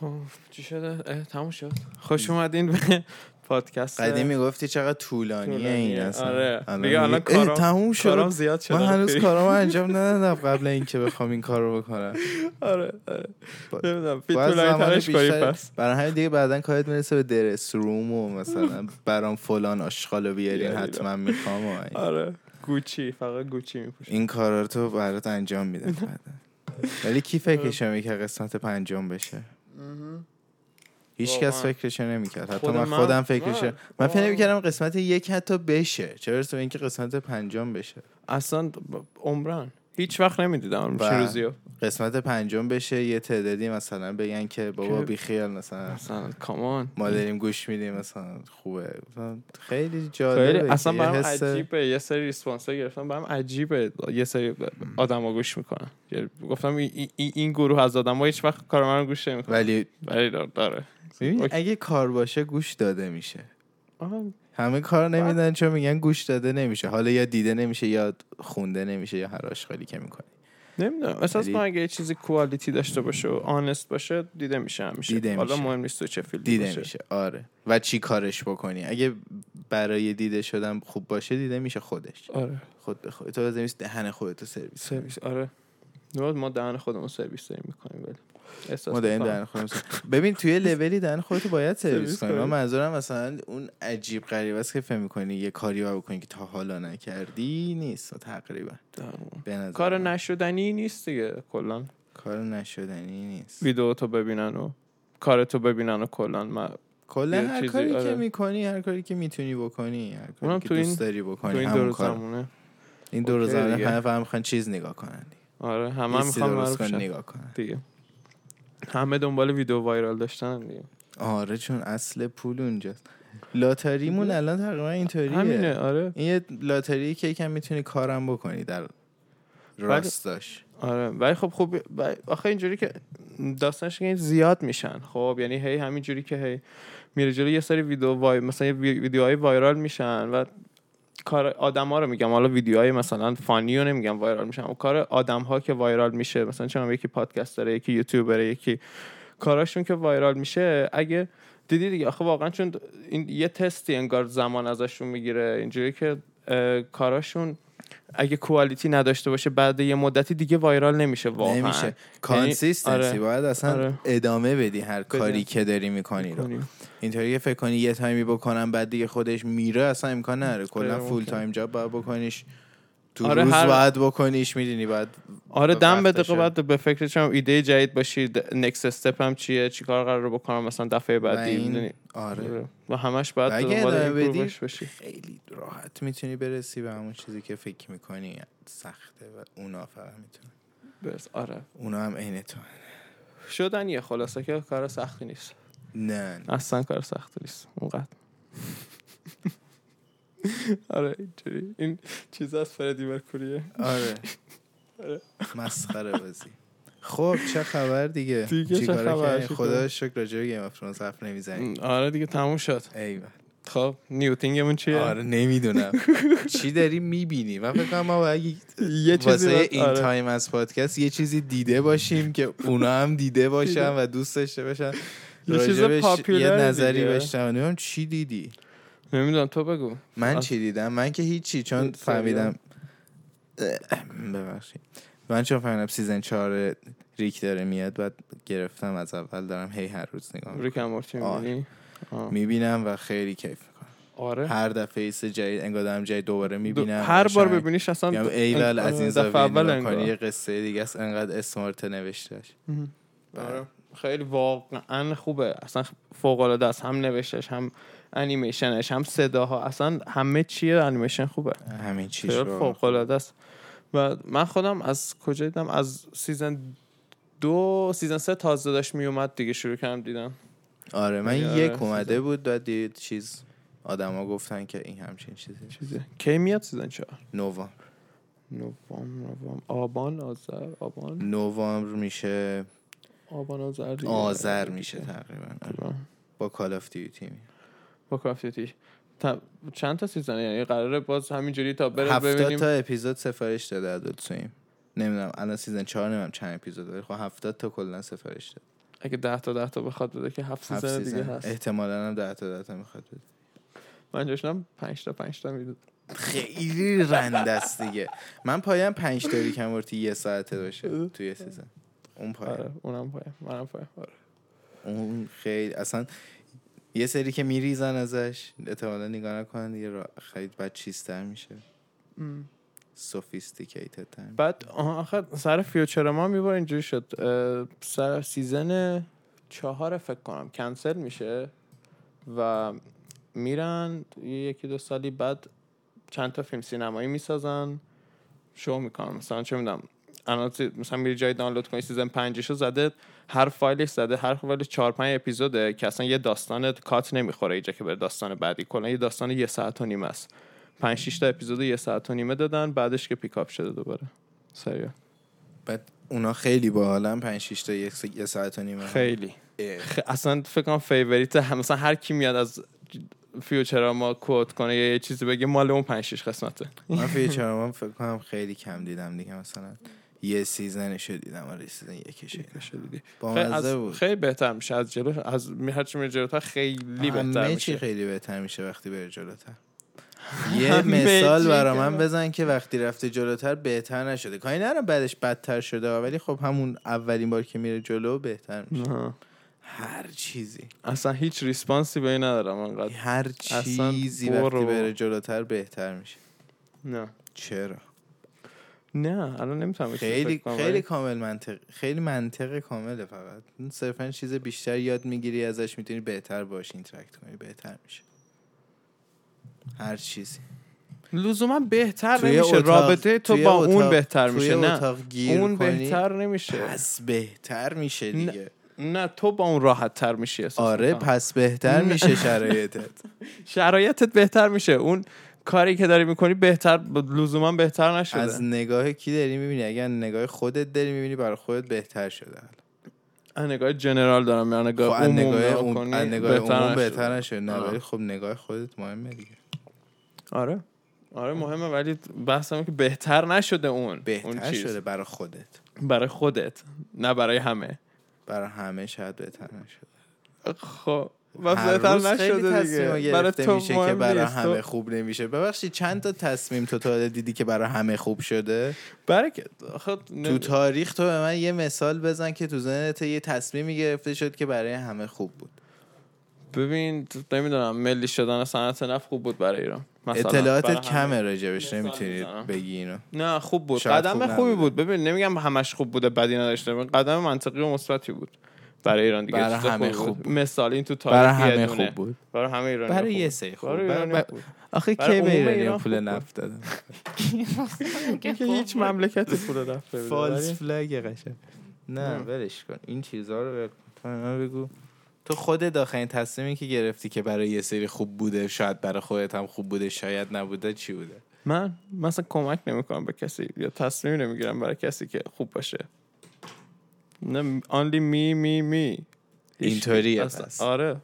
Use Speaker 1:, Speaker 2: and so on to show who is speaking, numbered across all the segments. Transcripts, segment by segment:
Speaker 1: خب چی شده؟ اه تموم شد خوش اومدین به پادکست
Speaker 2: قدیم میگفتی چقدر طولانیه
Speaker 1: طولانیه.
Speaker 2: این اصلا
Speaker 1: آره.
Speaker 2: الان
Speaker 1: دیگه الان
Speaker 2: میگی- اه،
Speaker 1: کارام-
Speaker 2: تموم
Speaker 1: کارام
Speaker 2: شد
Speaker 1: زیاد شد
Speaker 2: من هنوز
Speaker 1: آخری.
Speaker 2: کارامو انجام ندادم قبل اینکه بخوام این کارو بکنم
Speaker 1: آره آره
Speaker 2: با-
Speaker 1: نمیدونم فیت
Speaker 2: باید
Speaker 1: طولانی
Speaker 2: زمان
Speaker 1: ترش کنی
Speaker 2: بیشتری-
Speaker 1: پس
Speaker 2: برای همین دیگه بعدا کارت میرسه به درس روم و مثلا برام فلان آشغالو بیارین
Speaker 1: بیارین.
Speaker 2: حتما میخوام و این-
Speaker 1: آره گوچی فقط گوچی میپوشم
Speaker 2: این کارا رو تو برات انجام میدم بعدا. ولی کی فکرش نمیکرد که قسمت پنجم بشه هیچ کس
Speaker 1: واقعا.
Speaker 2: فکرش نمیکرد حتی
Speaker 1: خود
Speaker 2: من
Speaker 1: من-
Speaker 2: خودم
Speaker 1: من-
Speaker 2: فکرش من فکر
Speaker 1: آه.
Speaker 2: نمیکردم قسمت یک حتی بشه چرا برسه به اینکه قسمت پنجم بشه
Speaker 1: اصلا ب- عمرن هیچ وقت نمیدیدم
Speaker 2: و-
Speaker 1: پیروزی رو
Speaker 2: قسمت پنجم بشه یه تعدادی مثلا بگن که بابا
Speaker 1: که-
Speaker 2: بیخیال مثلا
Speaker 1: اصلا کامان
Speaker 2: ما داریم گوش میدیم مثلا خوبه مثلا خیلی جالبه
Speaker 1: خیلی
Speaker 2: که
Speaker 1: اصلا
Speaker 2: یه
Speaker 1: برام
Speaker 2: حس-
Speaker 1: عجیبه یه سری ریسپانس ها گرفتم برام عجیبه یه سری آدم گوش میکنن گفتم ای- ای- این گروه از آدم ها هیچ وقت کار من رو گوش نمیکنن
Speaker 2: ولی
Speaker 1: ولی دار- داره
Speaker 2: ببین
Speaker 1: اوکی.
Speaker 2: اگه کار باشه گوش داده میشه
Speaker 1: آها.
Speaker 2: همه کار نمیدن چون میگن گوش داده نمیشه حالا یا دیده نمیشه یا خونده نمیشه یا هر آشغالی که میکنی
Speaker 1: نمیدونم احساس
Speaker 2: ولی-
Speaker 1: کنم اگه یه چیزی کوالیتی داشته باشه و آنست باشه دیده میشه همیشه
Speaker 2: دیده
Speaker 1: حالا
Speaker 2: میشه.
Speaker 1: مهم نیست تو چه فیلم
Speaker 2: دیده
Speaker 1: باشه.
Speaker 2: میشه آره و چی کارش بکنی اگه برای دیده شدن خوب باشه دیده میشه خودش
Speaker 1: آره
Speaker 2: خود به خود تو لازم نیست دهن خودتو سرویس کنی.
Speaker 1: سرویس آره نور ما دهن خودمون سرویس داریم میکنیم ولی احساس
Speaker 2: ما داریم
Speaker 1: می‌کنم.
Speaker 2: دهن خودمون سرویس- ببین توی لولی دهن خودتو باید
Speaker 1: سرویس
Speaker 2: سرویس کنی من
Speaker 1: کنی.
Speaker 2: منظورم مثلا اون عجیب غریبه است که فهم میکنی یه کاری باید بکنی که تا حالا نکردی نیست تقریبا
Speaker 1: دهن.
Speaker 2: به نظر
Speaker 1: کار
Speaker 2: من.
Speaker 1: نشدنی نیست دیگه کلا
Speaker 2: کار نشدنی نیست
Speaker 1: ویدیو تو ببینن و کار تو ببینن و کلا من
Speaker 2: کلا
Speaker 1: یه
Speaker 2: هر
Speaker 1: چیزی،
Speaker 2: کاری
Speaker 1: آره.
Speaker 2: که میکنی هر کاری که میتونی بکنی هر
Speaker 1: اونم
Speaker 2: کاری که
Speaker 1: تو این-
Speaker 2: دوست داری
Speaker 1: تو
Speaker 2: بکنی
Speaker 1: این
Speaker 2: آره، همون
Speaker 1: دور
Speaker 2: کار
Speaker 1: زمونه
Speaker 2: این دور
Speaker 1: اوکی
Speaker 2: زمانه
Speaker 1: دیگه.
Speaker 2: همه فهم میخوان چیز نگاه کنن
Speaker 1: آره همه
Speaker 2: لیستی
Speaker 1: میخوام
Speaker 2: درست
Speaker 1: معروف
Speaker 2: کنن
Speaker 1: شن
Speaker 2: نگاه کنن
Speaker 1: دیگه همه دنبال ویدیو وایرال داشتن دیگه
Speaker 2: آره چون اصل پول اونجاست لاتاریمون الان تقریبا اینطوریه
Speaker 1: همینه آره
Speaker 2: این یه لاتری که یکم میتونی کارم بکنی در راستاش
Speaker 1: آره ولی خب خوب آخه اینجوری که داستانش اینه که زیاد میشن خب یعنی هی همینجوری که هی میره جلو یه سری ویدیو وای مثلا یه وی- ویدیوهای وایرال میشن و کار آدما رو میگم حالا ویدیوهای مثلا فانی رو نمیگم وایرال میشن و کار آدم ها که وایرال میشه مثلا چون یکی پادکست داره یکی یوتیوبره یکی کاراشون که وایرال میشه اگه دیدی دیگه آخه واقعا چون این یه تستی انگار زمان ازشون میگیره اینجوری که اه، کاراشون اگه کوالیتی نداشته باشه بعد یه مدتی دیگه وایرال نمیشه واقعا
Speaker 2: نمیشه کانسیستنسی
Speaker 1: یعنی، آره.
Speaker 2: باید اصلا
Speaker 1: آره.
Speaker 2: ادامه بدی هر
Speaker 1: بدی.
Speaker 2: کاری که داری میکنی رو
Speaker 1: کنیم.
Speaker 2: اینطوری که فکر کنی یه تایمی بکنم بعد دیگه خودش میره اصلا امکان نداره
Speaker 1: غیر
Speaker 2: کلا فول
Speaker 1: ممکن.
Speaker 2: تایم جاب باید بکنیش تو
Speaker 1: آره،
Speaker 2: روز
Speaker 1: هر-
Speaker 2: باید بکنیش میدونی بعد
Speaker 1: آره دم به
Speaker 2: وقتشه.
Speaker 1: دقیقه بعد به فکرش هم ایده جدید باشی نکست استپ هم چیه چیکار قرار بکنم مثلا دفعه
Speaker 2: و
Speaker 1: بعدی
Speaker 2: این-
Speaker 1: می‌دونی.
Speaker 2: آره
Speaker 1: و همش باید
Speaker 2: و اگه
Speaker 1: دنبال
Speaker 2: ادامه بدی-
Speaker 1: improvement باشی
Speaker 2: خیلی راحت میتونی برسی به همون چیزی که فکر میکنی سخته و اونا فقط میتونن
Speaker 1: بس، آره
Speaker 2: اونا هم عین تو
Speaker 1: شدن یه خلاصه که کار سختی نیست
Speaker 2: نه
Speaker 1: اصلا کار سختی نیست اونقدر آره اینجوری این چیز از فردی مرکوریه
Speaker 2: آره
Speaker 1: آره.
Speaker 2: مسخره بازی خب چه خبر دیگه
Speaker 1: دیگه چه
Speaker 2: چیکارا
Speaker 1: خبر؟
Speaker 2: کردی؟
Speaker 1: چیکار؟
Speaker 2: خدا رو شکر راجع به گیم اف ترونز حرف نمیزنی
Speaker 1: آره دیگه تموم شد
Speaker 2: ایول
Speaker 1: خب نیوتینگمون چیه
Speaker 2: آره نمیدونم چی داری میبینی من فکر کنم ما باید
Speaker 1: یه چیزی
Speaker 2: واسه
Speaker 1: باید-
Speaker 2: این
Speaker 1: آره.
Speaker 2: تایم از پادکست یه چیزی دیده باشیم که اونا هم دیده باشن و دوست داشته باشن
Speaker 1: یه چیز
Speaker 2: راجبش یه
Speaker 1: پاپیولر
Speaker 2: نظری
Speaker 1: دیگه.
Speaker 2: بشتم نمیدونم چی دیدی
Speaker 1: نمیدونم تو بگو
Speaker 2: من
Speaker 1: آس-
Speaker 2: چی دیدم من که هیچی چون
Speaker 1: این سریال.
Speaker 2: فهمیدم اه، ببخشید من چون فهمیدم سیزن 4 ریک داره میاد بعد گرفتم از اول دارم هی هر روز نگاه
Speaker 1: ریک ام مورتی
Speaker 2: آره.
Speaker 1: می‌بینی؟ آه.
Speaker 2: میبینم و خیلی کیف میکنم
Speaker 1: آره
Speaker 2: هر دفعه ایست جدید انگار دارم جدید دوباره
Speaker 1: دو-
Speaker 2: میبینم
Speaker 1: هر بار ببینیش اصلا
Speaker 2: میگم ایول از این
Speaker 1: دفعه اول
Speaker 2: زاویه
Speaker 1: انگار.
Speaker 2: کنی یه قصه دیگه است انقدر اسمارت نوشتش
Speaker 1: آره. خیلی واقعا خوبه اصلا فوق العاده است هم نوشتش هم انیمیشنش هم صداها اصلا همه چیه انیمیشن خوبه
Speaker 2: همین چیز
Speaker 1: خیلی
Speaker 2: رو
Speaker 1: فوق العاده است و من خودم از کجا دیدم از سیزن دو سیزن سه تازه داشت میومد دیگه شروع کردم دیدم
Speaker 2: آره من
Speaker 1: آره،
Speaker 2: یک
Speaker 1: چیزا.
Speaker 2: اومده بود بعد یه چیز آدما گفتن که این همچین چیزی
Speaker 1: چیزی کی میاد سیزن چهار
Speaker 2: نوامبر
Speaker 1: نوامبر نوامبر آبان آذر آبان
Speaker 2: نوامبر میشه
Speaker 1: آبان آذر دیگه.
Speaker 2: آذر میشه تقریبا آره.
Speaker 1: آره. با
Speaker 2: با کال اف دیوتی
Speaker 1: Call of Duty. تا- چند تا سیزن یعنی قراره باز همینجوری تا بره
Speaker 2: هفتاد
Speaker 1: ببینیم
Speaker 2: تا اپیزود سفارش داده ادالت سویم نمیدونم الان سیزن 4 نمیدونم چند اپیزود داره خب هفتاد تا کلا سفارش داده
Speaker 1: اگه 10 تا 10 تا بخواد بده که 7
Speaker 2: هفت
Speaker 1: سیزن دیگه
Speaker 2: سیزن.
Speaker 1: هست
Speaker 2: احتمالاً هم ده تا ده تا میخواد بده
Speaker 1: من جاشنم 5 تا 5 تا میداد
Speaker 2: خیلی رند است دیگه من پایم پنج تا ریک اند مورتی یه ساعته باشه توی سیزن اون پایم
Speaker 1: آره اونم پایم منم پایم آره
Speaker 2: اون خیلی اصلا یه سری که میریزن ازش احتمالا نگاه نکنن دیگه را- خیلی بعد چیزتر میشه
Speaker 1: ام.
Speaker 2: سوفیستیکیتد تر میشه.
Speaker 1: بعد آها آخر سر فیوچر ما میبار اینجوری شد اه، سر سیزن چهار فکر کنم کنسل میشه و میرن یه- یکی دو سالی بعد چند تا فیلم سینمایی میسازن شو میکنن مثلا چه میدونم انات مثلا میری جای دانلود کنی سیزن پنجشو زده هر فایلش زده هر فایلش چهار پنج اپیزوده که اصلا یه داستان کات نمیخوره اینجا که به داستان بعدی کلا یه داستان یه ساعت و نیمه است پنج شش تا اپیزود یه ساعت و نیمه دادن بعدش که پیکاپ شده دوباره سریع
Speaker 2: بعد اونا خیلی باحالن 5 6 تا یک س- یه ساعت و نیمه
Speaker 1: خیلی
Speaker 2: اه.
Speaker 1: خ... اصلا فکر کنم فیوریت هم مثلا هر کی میاد از فیوچر ما کوت کنه یا یه چیزی بگه مال اون 5 6 قسمته
Speaker 2: من فیچرمان فکر کنم خیلی کم دیدم دیگه مثلا یه سیزنش دیدم آره سیزن یکش
Speaker 1: شدیدی.
Speaker 2: با
Speaker 1: خیلی,
Speaker 2: مزه
Speaker 1: از...
Speaker 2: بود
Speaker 1: خیلی بهتر میشه از جلو از می- هر چی میره جلوتر خیلی بهتر
Speaker 2: همه چی
Speaker 1: میشه
Speaker 2: خیلی بهتر میشه وقتی بره جلوتر یه
Speaker 1: همه
Speaker 2: مثال
Speaker 1: چی
Speaker 2: برا
Speaker 1: که
Speaker 2: من
Speaker 1: نه.
Speaker 2: بزن که وقتی رفته جلوتر بهتر نشده کاری نرم بعدش بدتر شده ولی خب همون اولین بار که میره جلو بهتر میشه
Speaker 1: نه.
Speaker 2: هر چیزی
Speaker 1: اصلا هیچ ریسپانسی به این ندارم انقدر
Speaker 2: هر
Speaker 1: اصلا
Speaker 2: چیزی وقتی
Speaker 1: برو.
Speaker 2: بره جلوتر بهتر میشه
Speaker 1: نه
Speaker 2: چرا
Speaker 1: نه الان نمیتونم
Speaker 2: خیلی خیلی کامل منطق خیلی منطق کامله فقط صرفا چیز بیشتر یاد میگیری ازش میتونی بهتر باش اینتراکت کنی بهتر میشه هر چیزی
Speaker 1: لزوما بهتر
Speaker 2: توی
Speaker 1: نمیشه
Speaker 2: اتاق-
Speaker 1: رابطه تو
Speaker 2: توی
Speaker 1: با اون
Speaker 2: اتاق-
Speaker 1: بهتر
Speaker 2: توی
Speaker 1: میشه نه
Speaker 2: اتاق گیر
Speaker 1: اون
Speaker 2: کنی،
Speaker 1: بهتر نمیشه
Speaker 2: پس بهتر میشه
Speaker 1: نه.
Speaker 2: دیگه
Speaker 1: نه تو با اون راحت تر میشی احساس
Speaker 2: آره
Speaker 1: می‌کنم.
Speaker 2: پس بهتر
Speaker 1: نه.
Speaker 2: میشه شرایطت
Speaker 1: شرایطت بهتر میشه اون کاری که داری میکنی بهتر لزوما بهتر نشده
Speaker 2: از نگاه کی داری میبینی اگر نگاه خودت داری میبینی برای خودت بهتر شده
Speaker 1: از نگاه جنرال دارم میان
Speaker 2: خب
Speaker 1: نگاه
Speaker 2: از
Speaker 1: عموم
Speaker 2: نگاه
Speaker 1: نگاه
Speaker 2: اون
Speaker 1: کنی،
Speaker 2: از نگاه عموم بهتر
Speaker 1: نشده.
Speaker 2: نشده نه
Speaker 1: آه.
Speaker 2: ولی خب نگاه خودت مهمه دیگه
Speaker 1: آره آره مهمه ولی بحثم اینه که بهتر نشده اون اون
Speaker 2: بهتر
Speaker 1: چیز.
Speaker 2: شده برای خودت
Speaker 1: برای خودت نه برای همه
Speaker 2: برای همه شاید بهتر نشده
Speaker 1: خب و
Speaker 2: هر
Speaker 1: بهتر
Speaker 2: روز خیلی
Speaker 1: نشده
Speaker 2: تصمیم‌ها
Speaker 1: دیگه برای
Speaker 2: گرفته
Speaker 1: تو
Speaker 2: میشه که
Speaker 1: مهم
Speaker 2: برای
Speaker 1: نیست. خب، تو-
Speaker 2: همه خب. خوب نمیشه ببخشید چند تا تصمیم تو تا حالا دیدی که برای همه خوب شده
Speaker 1: برای که خب
Speaker 2: تو
Speaker 1: نمی-
Speaker 2: تاریخ تو به من یه مثال بزن که تو ذهنت یه تصمیمی گرفته شد که برای همه خوب بود
Speaker 1: ببین نمیدونم ملی شدن صنعت نفت خوب بود برای ایران مثلا برای
Speaker 2: اطلاعاتت
Speaker 1: همه.
Speaker 2: کمه راجبش
Speaker 1: مثال
Speaker 2: نمیتونی
Speaker 1: میزنم.
Speaker 2: بگی اینو
Speaker 1: نه خوب بود
Speaker 2: شاید
Speaker 1: قدم
Speaker 2: خوب
Speaker 1: خوبی
Speaker 2: نبوده.
Speaker 1: بود ببین نمیگم همش خوب بوده بدی نداشته قدم منطقی و مثبتی بود برای ایران دیگه
Speaker 2: برای
Speaker 1: چیز خوبی
Speaker 2: همه خوب
Speaker 1: بود. مثال این تو تاریخ یه
Speaker 2: برای همه
Speaker 1: دونه.
Speaker 2: خوب بود
Speaker 1: برای همه ایرانی
Speaker 2: برای
Speaker 1: خوب
Speaker 2: یه
Speaker 1: بود.
Speaker 2: سری خوب
Speaker 1: برای
Speaker 2: بر-
Speaker 1: ایرانی
Speaker 2: بر-
Speaker 1: خوب بود.
Speaker 2: آخه
Speaker 1: برای
Speaker 2: کی به
Speaker 1: عموم
Speaker 2: ایرانی
Speaker 1: ایران
Speaker 2: پول
Speaker 1: خوب بود.
Speaker 2: نفت دادن
Speaker 1: که هیچ مملکتی پول رفته بده.
Speaker 2: فالس
Speaker 1: ولی-
Speaker 2: فلگ قشنگ نه
Speaker 1: نه.
Speaker 2: ولش کن این چیزها رو ول کن. تو به من بگو تو خودت آخرین تصمیمی که گرفتی که برای یه سری خوب بوده شاید برای خودت هم خوب بوده شاید نبوده چی بوده
Speaker 1: من مثلا کمک نمیکنم به کسی یا تصمیم نمیگیرم برای کسی که خوب باشه نه آنلی می می می
Speaker 2: اینطوریه
Speaker 1: اصلا-
Speaker 2: پس.
Speaker 1: آره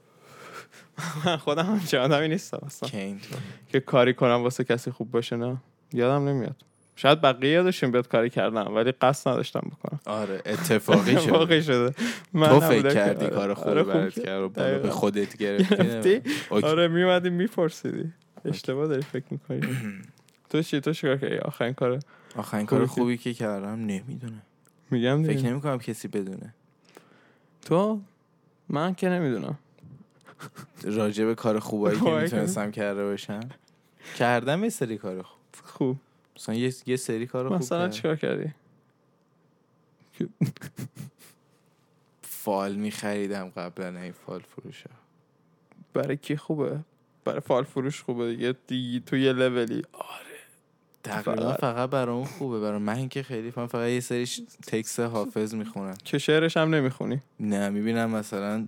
Speaker 1: من خودم هم چه آدمی نیستم اصلا
Speaker 2: که اینطور
Speaker 1: که کاری کنم واسه کسی خوب باشه نه یادم نمیاد شاید بقیه یادشون بیاد کاری کردم ولی قصد نداشتم بکنم
Speaker 2: آره اتفاقی شد
Speaker 1: واقعی شده من
Speaker 2: تو فکر
Speaker 1: نبوده که-
Speaker 2: کردی
Speaker 1: آره.
Speaker 2: کار خوبی
Speaker 1: آره،
Speaker 2: برات
Speaker 1: کرد.
Speaker 2: کرد و بالا به
Speaker 1: دقیقاً.
Speaker 2: خودت گرفتی
Speaker 1: گرفتی؟
Speaker 2: اوکی.
Speaker 1: آره میومدی میپرسیدی اشتباه داری فکر میکنی تو چی تو چیکار کردی آخرین کار
Speaker 2: آخرین
Speaker 1: خوبی
Speaker 2: کار
Speaker 1: که-
Speaker 2: خوبی که کردم نمیدونم
Speaker 1: میگم
Speaker 2: فکر
Speaker 1: دیگه
Speaker 2: نمیکنم کسی بدونه
Speaker 1: تو من که نمیدونم
Speaker 2: راجع به کار خوبایی که
Speaker 1: خوبایی که-
Speaker 2: میتونستم کرده باشم کردم یه سری کار خوب
Speaker 1: خوب
Speaker 2: مثلا یه, یه سری کار خوب
Speaker 1: مثلا
Speaker 2: کردم.
Speaker 1: چیکار کردی
Speaker 2: فال میخریدم قبلا این فال فروش
Speaker 1: برای کی خوبه برای فال فروش خوبه دیگه دی تو یه لولی
Speaker 2: تقریبا
Speaker 1: فقط.
Speaker 2: فقط برای اون خوبه برای من که خیلی من فقط یه سری تکس حافظ میخونم
Speaker 1: که شعرش هم نمیخونی
Speaker 2: نه میبینم مثلا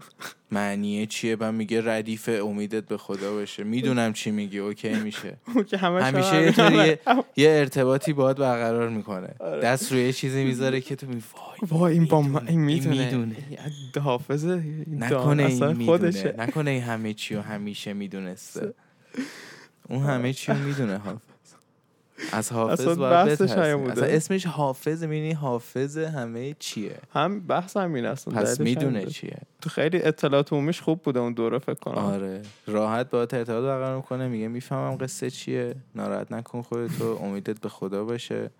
Speaker 2: معنیه چیه من میگه ردیف امیدت به خدا باشه میدونم چی میگی اوکی میشه
Speaker 1: اون که همش
Speaker 2: همیشه یه طوری یه ارتباطی باهات برقرار میکنه
Speaker 1: آره.
Speaker 2: دست روی یه چیزی میذاره که تو می وای
Speaker 1: وای این با من این
Speaker 2: می‌دونه، این
Speaker 1: میدونه
Speaker 2: می‌دونه.
Speaker 1: این حافظه این دان
Speaker 2: نکنه
Speaker 1: اصلا
Speaker 2: این میدونه
Speaker 1: خودشه
Speaker 2: نکنه این همه چی و همیشه میدونسته اون همه چی رو میدونه حافظ از حافظ
Speaker 1: اصلا
Speaker 2: باید
Speaker 1: بحثش
Speaker 2: بترسیم.
Speaker 1: همین بوده.
Speaker 2: اصلا اسمش حافظ میبینی حافظ همه چیه
Speaker 1: هم بحث همین اصلا
Speaker 2: پس
Speaker 1: دلیلش همین
Speaker 2: میدونه
Speaker 1: بود.
Speaker 2: چیه
Speaker 1: تو خیلی اطلاعات عمومیش خوب بوده اون دوره فکر کنم
Speaker 2: آره راحت باهات ارتباط برقرار میکنه میگه میفهمم قصه چیه ناراحت نکن خودتو امیدت به خدا باشه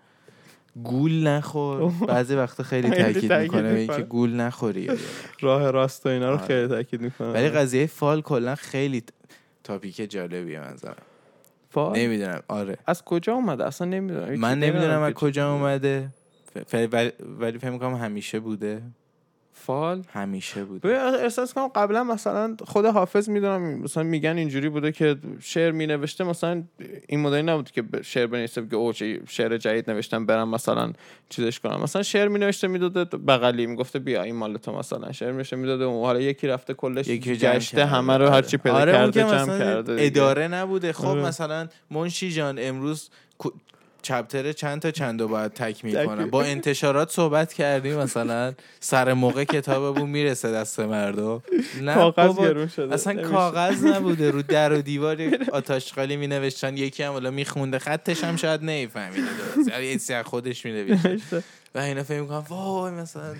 Speaker 2: گول نخور بعضی وقتا خیلی
Speaker 1: خیلی
Speaker 2: تاکید
Speaker 1: تأکید
Speaker 2: میکنه میگه
Speaker 1: می‌کنه.
Speaker 2: که گول نخوری
Speaker 1: راه راست و اینا رو
Speaker 2: آره.
Speaker 1: خیلی تاکید میکنه
Speaker 2: ولی قضیه فال کلا خیلی ت- تاپیک جالبیه منظرم نمیدونم آره
Speaker 1: از کجا اومده اصلا نمیدونم
Speaker 2: من نمیدونم از کجا اومده ف- ف- ولی- ولی فکر میکنم همیشه بوده
Speaker 1: فال
Speaker 2: همیشه بوده
Speaker 1: ببین، احساس کنم قبلا مثلا خود حافظ میدونم مثلا میگن اینجوری بوده که شعر می نوشته مثلا این مدلی نبود که ب- شعر بنویسه که او چه شعر جدید نوشتم برم مثلا چیزش کنم مثلا شعر می نوشته میداده بغلی میگفته بیا این مال تو مثلا شعر میشه میداده اون حالا یکی رفته کلش
Speaker 2: یکی جمع
Speaker 1: گشته
Speaker 2: کرده.
Speaker 1: همه رو هر چی پیدا
Speaker 2: آره، اون
Speaker 1: کرده
Speaker 2: که
Speaker 1: جمع
Speaker 2: مثلا
Speaker 1: کرده دیگه.
Speaker 2: اداره نبوده خب
Speaker 1: آره.
Speaker 2: مثلا منشی جان امروز کو- چپتر چند تا چند رو باید تکمیل
Speaker 1: تکمیل.
Speaker 2: کنم با انتشارات صحبت کردی مثلا سر موقع کتابمون میرسه دست مردم نه
Speaker 1: کاغذ
Speaker 2: بابا،
Speaker 1: گرون شده
Speaker 2: اصلا
Speaker 1: نمیشه.
Speaker 2: کاغذ نبوده رو در و دیوار یک آتاشقالی می نوشتن یکی هم حالا میخونده خطش هم شاید نمیفهمیده درست یعنی یه چیزی از خودش می و اینا فکر میکنم وای مثلا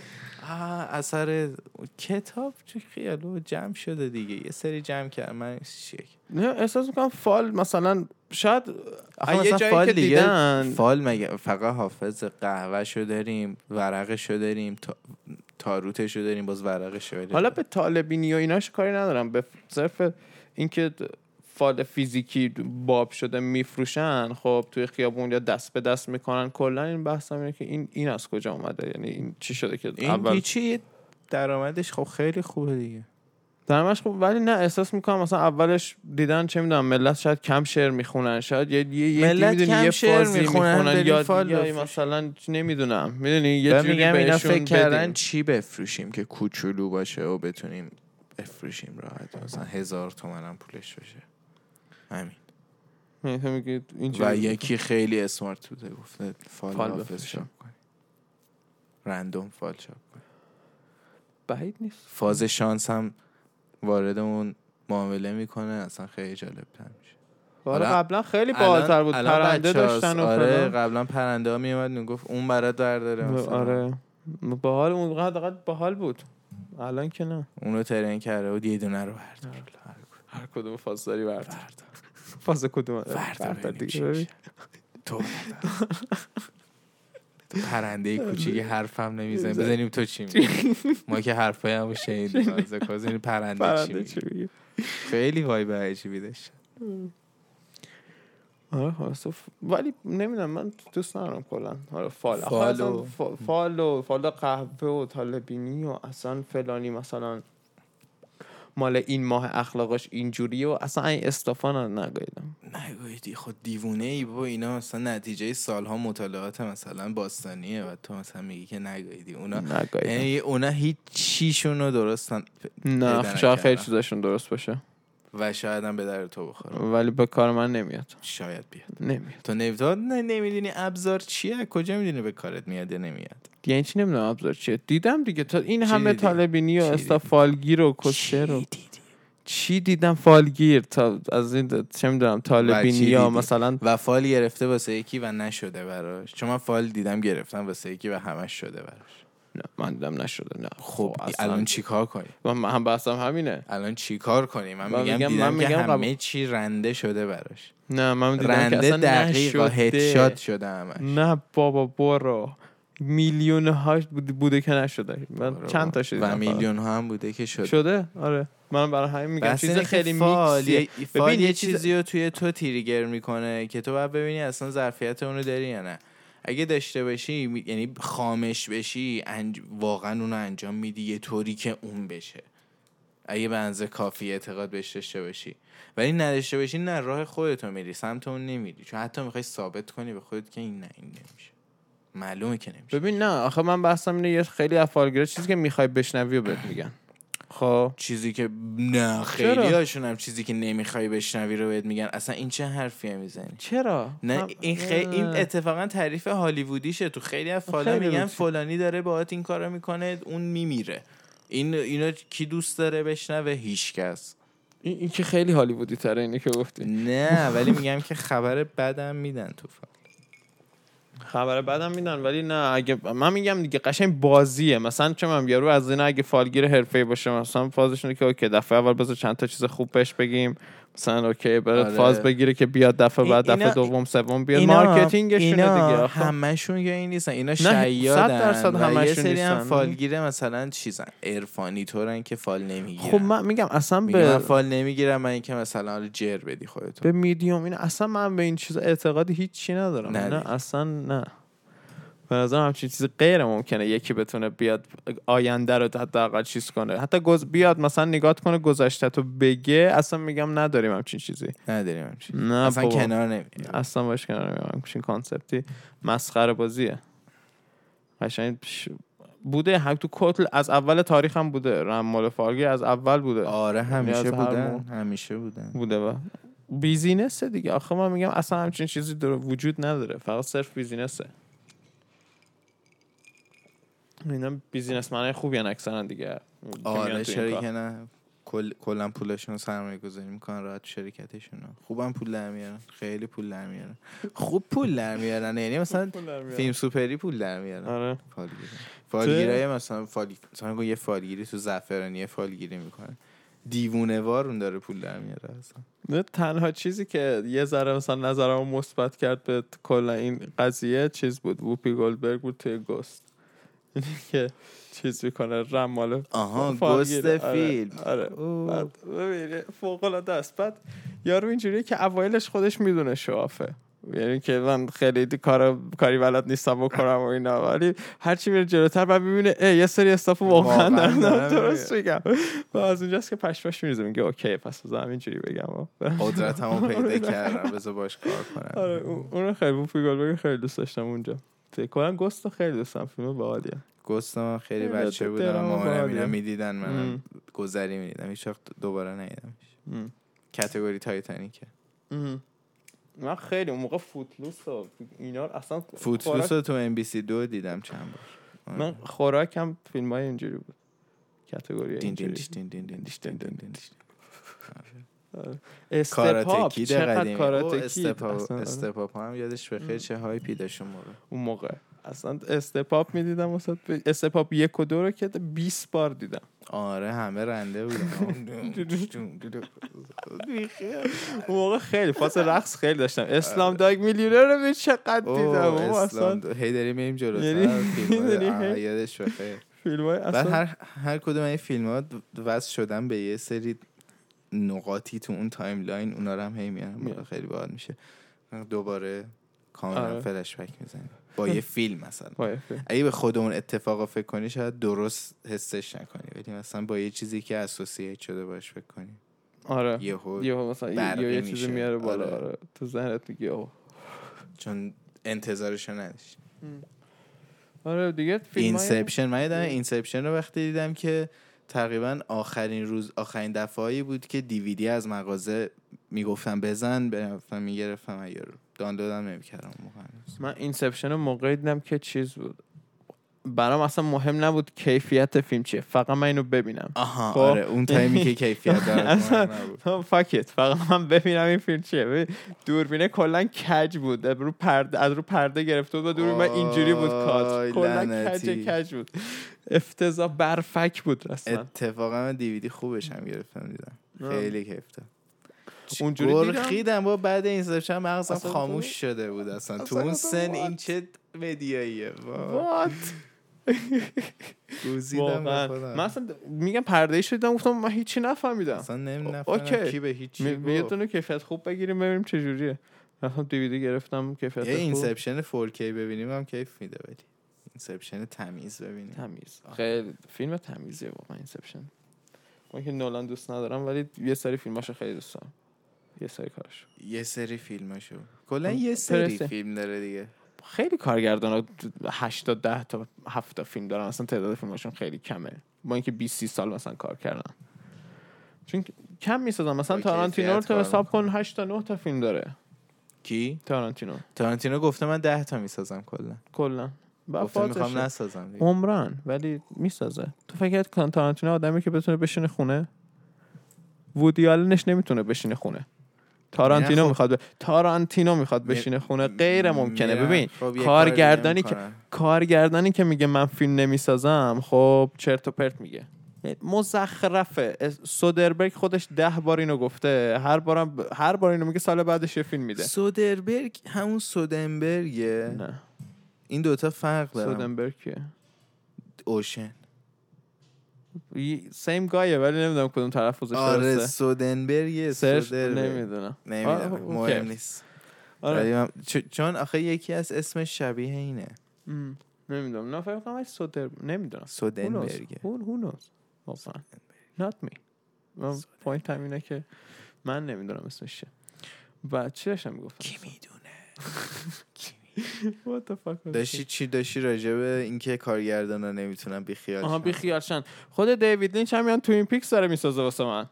Speaker 2: آه، اثر کتاب چه خیالو جمع شده دیگه یه سری جمع کرد من شک
Speaker 1: نه احساس میکنم فال مثلا شاید
Speaker 2: آخه
Speaker 1: یه
Speaker 2: مثلا
Speaker 1: جایی
Speaker 2: فال
Speaker 1: که
Speaker 2: دیگه-
Speaker 1: دیدن
Speaker 2: فال مگه فقط حافظ قهوهشو داریم ورقشو داریم تا... تاروتشو داریم باز ورقشو داریم
Speaker 1: حالا به طالبینی و ایناش کاری ندارم به صرف اینکه فال فیزیکی باب شده میفروشن خب توی خیابون یا دست به دست میکنن کلا این بحث هم اینه که این این از کجا اومده یعنی این چی شده که
Speaker 2: این
Speaker 1: اول
Speaker 2: پیچی درآمدش خب خیلی خوبه دیگه
Speaker 1: درمش خوب ولی نه احساس میکنم مثلا اولش دیدن چه میدونم ملت شاید کم شعر میخونن شاید یه یه یه
Speaker 2: ملت
Speaker 1: می‌دونی،
Speaker 2: کم
Speaker 1: یه
Speaker 2: شعر
Speaker 1: فازی
Speaker 2: می‌خونن، بریم
Speaker 1: یا,
Speaker 2: فال
Speaker 1: یا
Speaker 2: بفروشیم.
Speaker 1: مثلا نمیدونم میدونی یه
Speaker 2: من
Speaker 1: جوری
Speaker 2: میگم اینا
Speaker 1: بهشون
Speaker 2: فکر کردن
Speaker 1: بدیم.
Speaker 2: چی بفروشیم که کوچولو باشه و بتونیم بفروشیم راحت مثلا هزار تومن هم پولش بشه همین
Speaker 1: یعنی تو میگی اینجوری
Speaker 2: و یکی خیلی اسمارت بوده گفته فال,
Speaker 1: فال
Speaker 2: حافظ
Speaker 1: بفروشیم.
Speaker 2: شاپ کنیم رندوم فال شاپ کنیم
Speaker 1: بعید نیست
Speaker 2: فاز شانس هم وارد اون معامله میکنه اصلا خیلی جالب تر میشه
Speaker 1: حالا
Speaker 2: حالا-
Speaker 1: آره، قبلا خیلی
Speaker 2: الان-
Speaker 1: بالاتر بود
Speaker 2: الان
Speaker 1: پرنده
Speaker 2: بچه‌هاست.
Speaker 1: داشتن و
Speaker 2: آره
Speaker 1: فلان.
Speaker 2: قبلا پرنده ها میومد میگفت اون برات در داره مثلا.
Speaker 1: آره باحال اون موقع حداقل باحال بود الان که نه
Speaker 2: اونو ترین کرده بود یه دونه رو بردار
Speaker 1: آره. هر کدوم فاز داری برد فاز کدوم
Speaker 2: فردا
Speaker 1: بردار
Speaker 2: ببینیم
Speaker 1: دیگه
Speaker 2: چی
Speaker 1: ببین.
Speaker 2: میشه. تو پرنده کوچیک حرفم نمیزنیم بزنیم تو چی میگی ما که حرفای همو شنیدیم از کاز این پرنده چی
Speaker 1: برنده
Speaker 2: میگی
Speaker 1: چی میگی
Speaker 2: خیلی وای به عجیبی داشت
Speaker 1: آره خلاص. ف- ولی نمیدونم من دوست ندارم کلا آره فال آخه
Speaker 2: فالو.
Speaker 1: اصلا ف- فال و فال قهوه و طالبینی و اصلا فلانی مثلا مال این ماه اخلاقش اینجوریه و اصلا این استفان نگیدم
Speaker 2: نگویدی خود دیوونه ای با اینا مثلا نتیجه سالها مطالعات مثلا باستانیه و تو مثلا میگی که نگویدی اونا
Speaker 1: نگیدم
Speaker 2: یعنی اونا هیچ چیشون رو درستن
Speaker 1: نه خب شاید خیلی چیزاشون درست باشه
Speaker 2: و شاید هم به در تو بخوره
Speaker 1: ولی به کار من نمیاد
Speaker 2: شاید بیاد
Speaker 1: نمیاد
Speaker 2: تو نمیداد نه نمیدونی ابزار چیه کجا میدونی به کارت میاد یا نمیاد
Speaker 1: یعنی چی نمیدونم ابزار چیه دیدم دیگه تا این
Speaker 2: چی
Speaker 1: همه
Speaker 2: دیدی؟
Speaker 1: طالبینی و
Speaker 2: چی
Speaker 1: استا
Speaker 2: دیدی؟
Speaker 1: فالگیر و کشه رو
Speaker 2: چی دیدی؟
Speaker 1: چی دیدم فالگیر تا از این د- چه میدونم طالبینی یا
Speaker 2: دیدی؟
Speaker 1: مثلا
Speaker 2: و فال گرفته واسه یکی و نشده براش چون من فال دیدم گرفتم واسه یکی و همش شده براش
Speaker 1: نه من دیدم نشده نه
Speaker 2: خب
Speaker 1: اصلا
Speaker 2: الان چیکار کنی
Speaker 1: من من هم بحثم همینه
Speaker 2: الان چیکار کنی من,
Speaker 1: من
Speaker 2: میگم,
Speaker 1: میگم-
Speaker 2: دیدم
Speaker 1: من
Speaker 2: که
Speaker 1: میگم قبل-
Speaker 2: همه چی رنده شده براش
Speaker 1: نه من دیدم که
Speaker 2: رنده
Speaker 1: اصلا
Speaker 2: دقیق و
Speaker 1: نشده.
Speaker 2: هدشات شده همش
Speaker 1: نه بابا برو میلیون هاش بود- بوده که نشده من چند تا شده
Speaker 2: و میلیون ها هم بوده که شده
Speaker 1: شده آره من برای همین میگم
Speaker 2: بحث
Speaker 1: چیز
Speaker 2: اینه که
Speaker 1: خیلی
Speaker 2: فال
Speaker 1: میکسیه
Speaker 2: یه, فال
Speaker 1: ببین،
Speaker 2: یه
Speaker 1: یه چیز-
Speaker 2: چیزی رو توی تو تریگر میکنه که تو باید ببینی اصلا ظرفیت اونو داری یا نه اگه داشته باشی می- یعنی خامش بشی انج... واقعا اونو انجام میدی یه طوری که اون بشه اگه به اندازه کافی اعتقاد بهش داشته باشی ولی نداشته باشی نه راه خودتو میری سمت اون نمیری چون حتی میخوای ثابت کنی به خودت که این نه این نمیشه معلومه که نمیشه
Speaker 1: ببین نه آخه من بحثم اینه یه خیلی افالگیره چیزی که میخوای بشنوی و بهت میگن خب
Speaker 2: چیزی که نه
Speaker 1: چرا؟
Speaker 2: خیلی هاشون هم چیزی که نمیخوای بشنوی رو بهت میگن اصلا این چه حرفیه میزنی
Speaker 1: چرا
Speaker 2: نه
Speaker 1: هم-
Speaker 2: این خیلی این
Speaker 1: نه.
Speaker 2: اتفاقا تعریف هالیوودیشه تو خیلی از فالا
Speaker 1: خیلی
Speaker 2: میگن
Speaker 1: بود.
Speaker 2: فلانی داره باهات این کارو میکنه اون میمیره این اینو کی دوست داره بشنوه هیچکس
Speaker 1: این, این که خیلی هالیوودی تره اینی که گفتی
Speaker 2: نه ولی میگم که خبر بدم میدن تو فال
Speaker 1: خبر بدم میدن ولی نه اگه من میگم دیگه قشنگ بازیه مثلا چه من یارو از اینا اگه فالگیر حرفه‌ای باشه مثلا فازش اینه که اوکی دفعه اول بذار چند تا چیز خوب بهش بگیم مثلا اوکی بره
Speaker 2: آره.
Speaker 1: فاز بگیره که بیاد دفعه
Speaker 2: این-
Speaker 1: بعد دفعه
Speaker 2: اینا-
Speaker 1: دوم سوم بیاد
Speaker 2: اینا-
Speaker 1: مارکتینگشونه
Speaker 2: اینا
Speaker 1: دیگه آخه.
Speaker 2: همشون که این نیستن اینا
Speaker 1: صد
Speaker 2: شیادن
Speaker 1: درصد
Speaker 2: و یه
Speaker 1: همشون
Speaker 2: سری هم
Speaker 1: نیستن.
Speaker 2: فالگیره مثلا چیزن عرفانی طورن که فال نمیگیرن
Speaker 1: خب من میگم اصلا
Speaker 2: میگه من
Speaker 1: به
Speaker 2: فال نمیگیرم من اینکه مثلا حالا جر بدی خودتو
Speaker 1: به میدیوم این اصلا من به این چیز اعتقادی هیچی ندارم
Speaker 2: نداری.
Speaker 1: نه اصلا نه به نظرم همچین چیز غیر ممکنه یکی بتونه بیاد آینده رو حداقل چیز کنه حتی گز... بیاد مثلا نگاه کنه گذشته تو بگه اصلا میگم نداریم همچین چیزی
Speaker 2: نداریم همچین
Speaker 1: نه
Speaker 2: اصلا
Speaker 1: بابا.
Speaker 2: کنار نمیگیرم
Speaker 1: اصلا باش کنار نمیام همچین کانسپتی مسخره بازیه قشنگ ش- بوده هم تو کتل از اول تاریخ هم بوده رمال فارگی از اول بوده
Speaker 2: آره
Speaker 1: یعنی از
Speaker 2: همیشه
Speaker 1: هر
Speaker 2: بودن
Speaker 1: مو.
Speaker 2: همیشه بودن
Speaker 1: بوده و بیزینسه دیگه آخه من میگم اصلا همچین چیزی در وجود نداره فقط صرف بیزینسه اینا بیزینسمنای خوبی هن اکثرا دیگه که میان
Speaker 2: آره
Speaker 1: تو این کار.
Speaker 2: شرکت نه کل کلا پولشون رو سرمایه گذاری میکنن راحت تو شرکتشون خوبم پول در میارن خیلی پول در میارن خوب پول در میارن یعنی مثلا فیلم سوپری پول در میارن
Speaker 1: آره
Speaker 2: فالگیری فالگیرای مثلا فال مثلا گویا یه فالگیری تو زعفرانی فالگیری میکنه دیوونه وار اون داره پول در میاره اصلا
Speaker 1: نه، تنها چیزی که یه ذره مثلا نظرمو مثبت کرد به کلا این قضیه چیز بود ووپی گلدبرگ بود توی گست اینی که چیز میکنه رمال
Speaker 2: آها
Speaker 1: فالگیر.
Speaker 2: گست
Speaker 1: آره،
Speaker 2: فیلم
Speaker 1: آره.
Speaker 2: اوه.
Speaker 1: بعد ببین فوق العاده است بعد یارو اینجوریه که اوایلش خودش میدونه شوافه یعنی که من خیلی دی- کار کاری بلد نیستم بکنم و اینا ولی هرچی میره جلوتر بعد میبینه اه، یه سری استاف واقعا
Speaker 2: واقعاً
Speaker 1: دارم
Speaker 2: دارم
Speaker 1: درست میگم و از اونجاست که پشماش میریزه میگه اوکی پس بذارم اینجوری بگم
Speaker 2: قدرت همون پیدا کردم بذار باش کار کنم
Speaker 1: آره اون اون رو خیلی بوفی گلبرگ خیلی دوست داشتم اونجا فکر کنم گست رو خیلی دوستم فیلم باحالیه
Speaker 2: گست من خیلی
Speaker 1: خیلی
Speaker 2: بچه
Speaker 1: دلم
Speaker 2: بودم مامانم
Speaker 1: باحاله.
Speaker 2: اینا میدیدن منم
Speaker 1: ام.
Speaker 2: گذری میدیدم هیچ وقت دوباره ندیدمش
Speaker 1: ام.
Speaker 2: کتگوری تایتانیکه
Speaker 1: خب، ام. من خیلی اون موقع فوتلوس و اینا رو اصلا
Speaker 2: فوتلوس
Speaker 1: خوراک-
Speaker 2: رو تو ام بی سی دو دیدم چند بار آره.
Speaker 1: من خوراکم فیلم های اینجوری بود کاتگوری
Speaker 2: دین دین
Speaker 1: اینجوری
Speaker 2: دیش دین دین دین دیش دین دین دین دیش.
Speaker 1: استپ
Speaker 2: کاراتکی ده
Speaker 1: چقدر
Speaker 2: قدیمی او
Speaker 1: کاراتکی
Speaker 2: استپ
Speaker 1: اصلا، آره.
Speaker 2: استپ هم یادش بخیر چه هایپی داشت اون موقع
Speaker 1: اون موقع اصلا استپاپ میدیدم وسط ب- استپاپ یک و دو رو که 20 بار دیدم
Speaker 2: آره همه رنده بودن
Speaker 1: اون موقع خیلی فاز رقص خیلی داشتم اسلام دایگ میلیونر رو ببین چقدر دیدم
Speaker 2: اوه،
Speaker 1: او
Speaker 2: آره. اسلام
Speaker 1: اصلا
Speaker 2: دو- هی داریم میریم جلوتر
Speaker 1: یعنی-
Speaker 2: فیلم‌ها.
Speaker 1: داری
Speaker 2: آه،
Speaker 1: هی-
Speaker 2: یادش بخیر
Speaker 1: فیلم های
Speaker 2: بعد
Speaker 1: اصلا
Speaker 2: هر هر کدوم این فیلم ها وضع شدن به یه سری نقاطی تو اون تایملاین اونا رو هم هی میارن بالا.
Speaker 1: میارن.
Speaker 2: خیلی باحال میشه دوباره کاملا
Speaker 1: آره.
Speaker 2: فلش بک میزنیم با یه فیلم مثلا
Speaker 1: وای، فیلم.
Speaker 2: اگه به خود اون اتفاق رو فکر کنی شاید درست حسش نکنی ولی مثلا با یه چیزی که اسوسییت شده باش فکر کنی
Speaker 1: آره
Speaker 2: یهو
Speaker 1: یهو مثلا
Speaker 2: برقی
Speaker 1: یه- یه چیزی
Speaker 2: میشه.
Speaker 1: میاره بالا
Speaker 2: آره.
Speaker 1: آره تو ذهنت میگی اوه
Speaker 2: چون انتظارش رو نداشت
Speaker 1: آره دیگه فیلم
Speaker 2: اینسپشن من یادم اینسپشن رو وقتی دیدم که تقریبا آخرین روز آخرین دفعه بود که دیویدی از مغازه میگفتم بزن برفتم میگرفتم یارو دانلودم نمیکردم اون موقع هنوز.
Speaker 1: من اینسپشن رو موقعی دیدم که چیز بود برام اصلا مهم نبود کیفیت فیلم چیه فقط من اینو ببینم
Speaker 2: آها
Speaker 1: خب.
Speaker 2: آره اون تایمی که کیفیت داره
Speaker 1: اصلا-
Speaker 2: نبود
Speaker 1: فاکت فقط من ببینم این فیلم چیه ببین، دوربینه کلا کج بود از رو پرده از رو پرده گرفته بود و دوربین من اینجوری بود
Speaker 2: آی
Speaker 1: کات کلا
Speaker 2: لعنتی.
Speaker 1: کج کج بود افتضاح برفک بود اصلا
Speaker 2: اتفاقا من دیویدی خوبش هم گرفتم دیدم خیلی کیف داد
Speaker 1: اونجوری دیدم
Speaker 2: گرخیدم با بعد اینسپشن مغزم
Speaker 1: اصلا
Speaker 2: خاموش
Speaker 1: تو-
Speaker 2: شده بود اصلا تو
Speaker 1: اصلا
Speaker 2: اون
Speaker 1: گفتم
Speaker 2: سن
Speaker 1: what؟
Speaker 2: این چه مدیاییه وای،
Speaker 1: وات
Speaker 2: گوزیدم به
Speaker 1: واقعا
Speaker 2: خودم.
Speaker 1: من اصلا میگم پرده ای شدم گفتم من هیچی نفهمیدم
Speaker 2: اصلا نمی-
Speaker 1: او-
Speaker 2: نفهمیدم
Speaker 1: اوکی.
Speaker 2: کی به هیچی
Speaker 1: می- یه
Speaker 2: گفت.
Speaker 1: دونه کیفیت خوب بگیریم ببینیم چه جوریه رفتم دیویدی گرفتم کیفیت
Speaker 2: یه
Speaker 1: خوب
Speaker 2: اینسپشن 4K ببینیم هم کیف میده ولی اینسپشن تمیز ببینیم
Speaker 1: تمیز خیلی فیلم تمیزیه واقعا اینسپشن من که نولان دوست ندارم ولی یه سری فیلماشو خیلی دوست دارم یه سری کارش
Speaker 2: یه سری فیلماشو کلا یه سری
Speaker 1: خب، پرسه.
Speaker 2: فیلم داره دیگه
Speaker 1: خیلی کارگردان 8 تا 10 تا 7 تا فیلم دارن اصلا تعداد فیلماشون خیلی کمه با اینکه 20 30 سال مثلا کار کردن چون کم میسازن مثلا
Speaker 2: با کیفیت
Speaker 1: تارانتینو رو تو
Speaker 2: کار
Speaker 1: حساب کن 8 تا 9 تا فیلم داره
Speaker 2: کی
Speaker 1: تارانتینو
Speaker 2: تارانتینو گفته من 10 تا میسازم کلا
Speaker 1: کلا بعد
Speaker 2: گفته میخوام
Speaker 1: فازشه.
Speaker 2: نسازم دیگه.
Speaker 1: عمران ولی میسازه تو فکر کن تارانتینو آدمی که بتونه بشینه خونه وودی آلنش نمیتونه بشینه خونه تارانتینو
Speaker 2: نه خب.
Speaker 1: میخواد ب... تارانتینو میخواد بشینه خونه غیر ممکنه
Speaker 2: میرن.
Speaker 1: ببین
Speaker 2: خب، یه
Speaker 1: کارگردانی
Speaker 2: کاری
Speaker 1: که
Speaker 2: نمی‌کنن.
Speaker 1: کارگردانی که میگه من فیلم نمیسازم خب چرت و پرت میگه مزخرفه اس- سودربرگ خودش ده بار اینو گفته هر بارم ب- هر بار اینو میگه سال بعدش یه فیلم میده
Speaker 2: سودربرگ همون سودنبرگه
Speaker 1: نه
Speaker 2: این دوتا فرق دارن
Speaker 1: سودنبرگ کیه
Speaker 2: اوشن
Speaker 1: سیم گایه ولی نمیدونم کدوم تلفظش
Speaker 2: آره
Speaker 1: درسته
Speaker 2: سودنبرگ
Speaker 1: سرش
Speaker 2: سودربرگ
Speaker 1: نمیدونم
Speaker 2: نمیدونم
Speaker 1: آه، اوکی.
Speaker 2: مهم نیست
Speaker 1: آره
Speaker 2: ولی من- چ- چون آخه یکی از اسمش شبیه اینه
Speaker 1: م. نمیدونم نه فکر کنم ولی سودر نمیدونم Who knows?
Speaker 2: سودنبرگه
Speaker 1: Who- who knows? واقعا. Not me. من پوینت هم اینه که من نمیدونم اسمش چیه و چی داشتم میگفتم
Speaker 2: کی میدونه
Speaker 1: What the fuck was
Speaker 2: داشتی
Speaker 1: it?
Speaker 2: چی داشتی راجبه اینکه کارگردان ها نمیتونن بیخیال
Speaker 1: آها
Speaker 2: شن.
Speaker 1: بی خیال شن خود دیوید لینچ هم میان تو این پیکس داره میسازه واسه من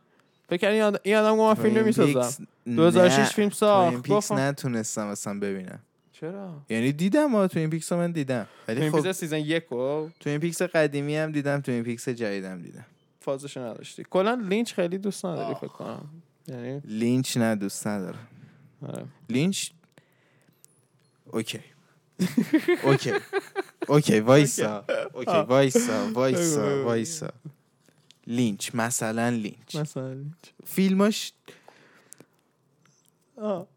Speaker 1: فکر کردی این آد- این آدم گفت من فیلم
Speaker 2: توین
Speaker 1: نمیسازم
Speaker 2: پیکس-
Speaker 1: 2006
Speaker 2: نه.
Speaker 1: فیلم
Speaker 2: توین
Speaker 1: ساخت
Speaker 2: پیکس
Speaker 1: گفتم
Speaker 2: نتونستم اصلا ببینم
Speaker 1: چرا
Speaker 2: یعنی دیدم ها تو این پیکس رو من دیدم
Speaker 1: تو
Speaker 2: ولی
Speaker 1: این
Speaker 2: خب
Speaker 1: پیکس سیزن یک و
Speaker 2: تو این پیکس قدیمی هم دیدم تو این پیکس جدیدم دیدم
Speaker 1: فازش نداشتی کلا لینچ خیلی دوست نداری فکر کنم یعنی
Speaker 2: لینچ نه دوست ندارم
Speaker 1: آره.
Speaker 2: لینچ اوکی اوکی اوکی وایسا اوکی وایسا وایسا وایسا لینچ مثلا لینچ
Speaker 1: مثلا لینچ
Speaker 2: فیلماش
Speaker 1: آه.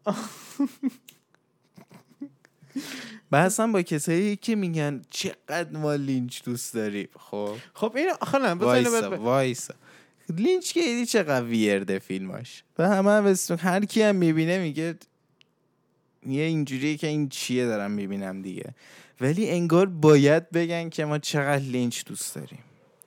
Speaker 2: بحثم با کسایی که میگن چقدر ما لینچ دوست داریم خب
Speaker 1: خب این آخه نه بذار اینو بهت
Speaker 2: وایسا
Speaker 1: ب-
Speaker 2: وایسا لینچ که دیدی چقدر ویرده فیلماش و همه هم بستون هر کی هم میبینه میگه یه اینجوریه که این چیه دارم میبینم دیگه ولی انگار باید بگن که ما چقدر لینچ دوست داریم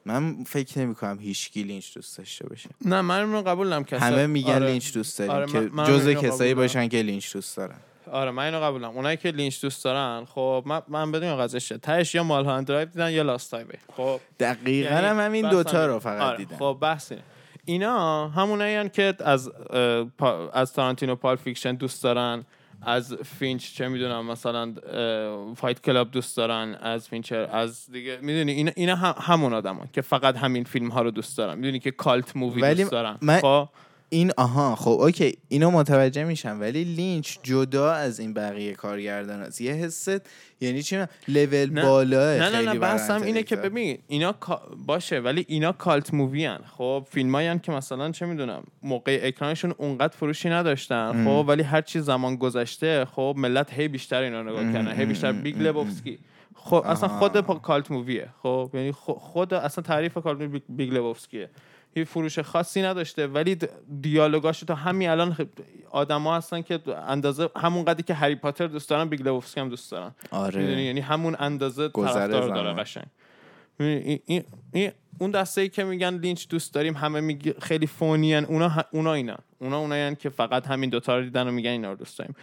Speaker 2: من فکر نمی کنم هیچکی لینچ دوست داشته باشه
Speaker 1: نه من اینو قبول نم
Speaker 2: همه میگن لینچ دوست داریم
Speaker 1: آره،
Speaker 2: که
Speaker 1: من- منم
Speaker 2: جزء
Speaker 1: اینو قبول
Speaker 2: کسایی
Speaker 1: دارم.
Speaker 2: باشن که لینچ دوست دارن
Speaker 1: آره من اینو قبولم اونایی که لینچ دوست دارن خب من من بدون قضیه شد تهش یا مالهان درایو دیدن یا لاست هایوی خب
Speaker 2: دقیقا
Speaker 1: یعنی
Speaker 2: هم همین
Speaker 1: بحث
Speaker 2: دوتا
Speaker 1: همین.
Speaker 2: رو فقط
Speaker 1: آره،
Speaker 2: دیدم
Speaker 1: خب بحث اینه. اینا همونایی هن که از اه، پا- از تارانتینو پال فیکشن دوست دارن از فینچ چه میدونم مثلا اه، فایت کلاب دوست دارن از فینچر از دیگه میدونی اینا, اینا هم همون آدمان که فقط همین فیلم ها رو دوست دارن میدونی که کالت مووی
Speaker 2: ولی
Speaker 1: دوست دارن
Speaker 2: من-
Speaker 1: خب
Speaker 2: این آها خب اوکی اینو متوجه میشم ولی لینچ جدا از این بقیه کارگردان است یه حست یعنی چی من- لول
Speaker 1: نه.
Speaker 2: بالاه
Speaker 1: نه نه نه
Speaker 2: خیلی
Speaker 1: بحثم
Speaker 2: برای
Speaker 1: اینه که
Speaker 2: انتلیکتا.
Speaker 1: ببین اینا کا- باشه ولی اینا کالت مووی هن خب فیلم که مثلا چه میدونم موقع اکرانشون اونقدر فروشی نداشتن خب ولی هر چی زمان گذشته خب ملت هی بیشتر اینا رو نگاه کردن هی بیشتر بیگ لبوفسکی خب اصلا خود پا کالت موویه خب یعنی خو- خود اصلا تعریف کالت مووی بیگ- بیگ لبوفسکیه هیچ فروش خاصی نداشته ولی د- دیالوگاش تا همین الان خب- آدما هستن که اندازه همون قدری که هری پاتر دوست دارن بیگ لبوفسکی هم دوست دارن میدونی
Speaker 2: آره
Speaker 1: یعنی همون اندازه
Speaker 2: گذر
Speaker 1: طرفدار
Speaker 2: زمان.
Speaker 1: داره قشنگ می‌دونی، این- این- این- اون دسته ای که میگن لینچ دوست داریم همه میگه خیلی فونی هن. اونا ه- اونا اینن اونا اونایی که فقط همین دوتا رو دیدن و میگن اینا رو دوست داریم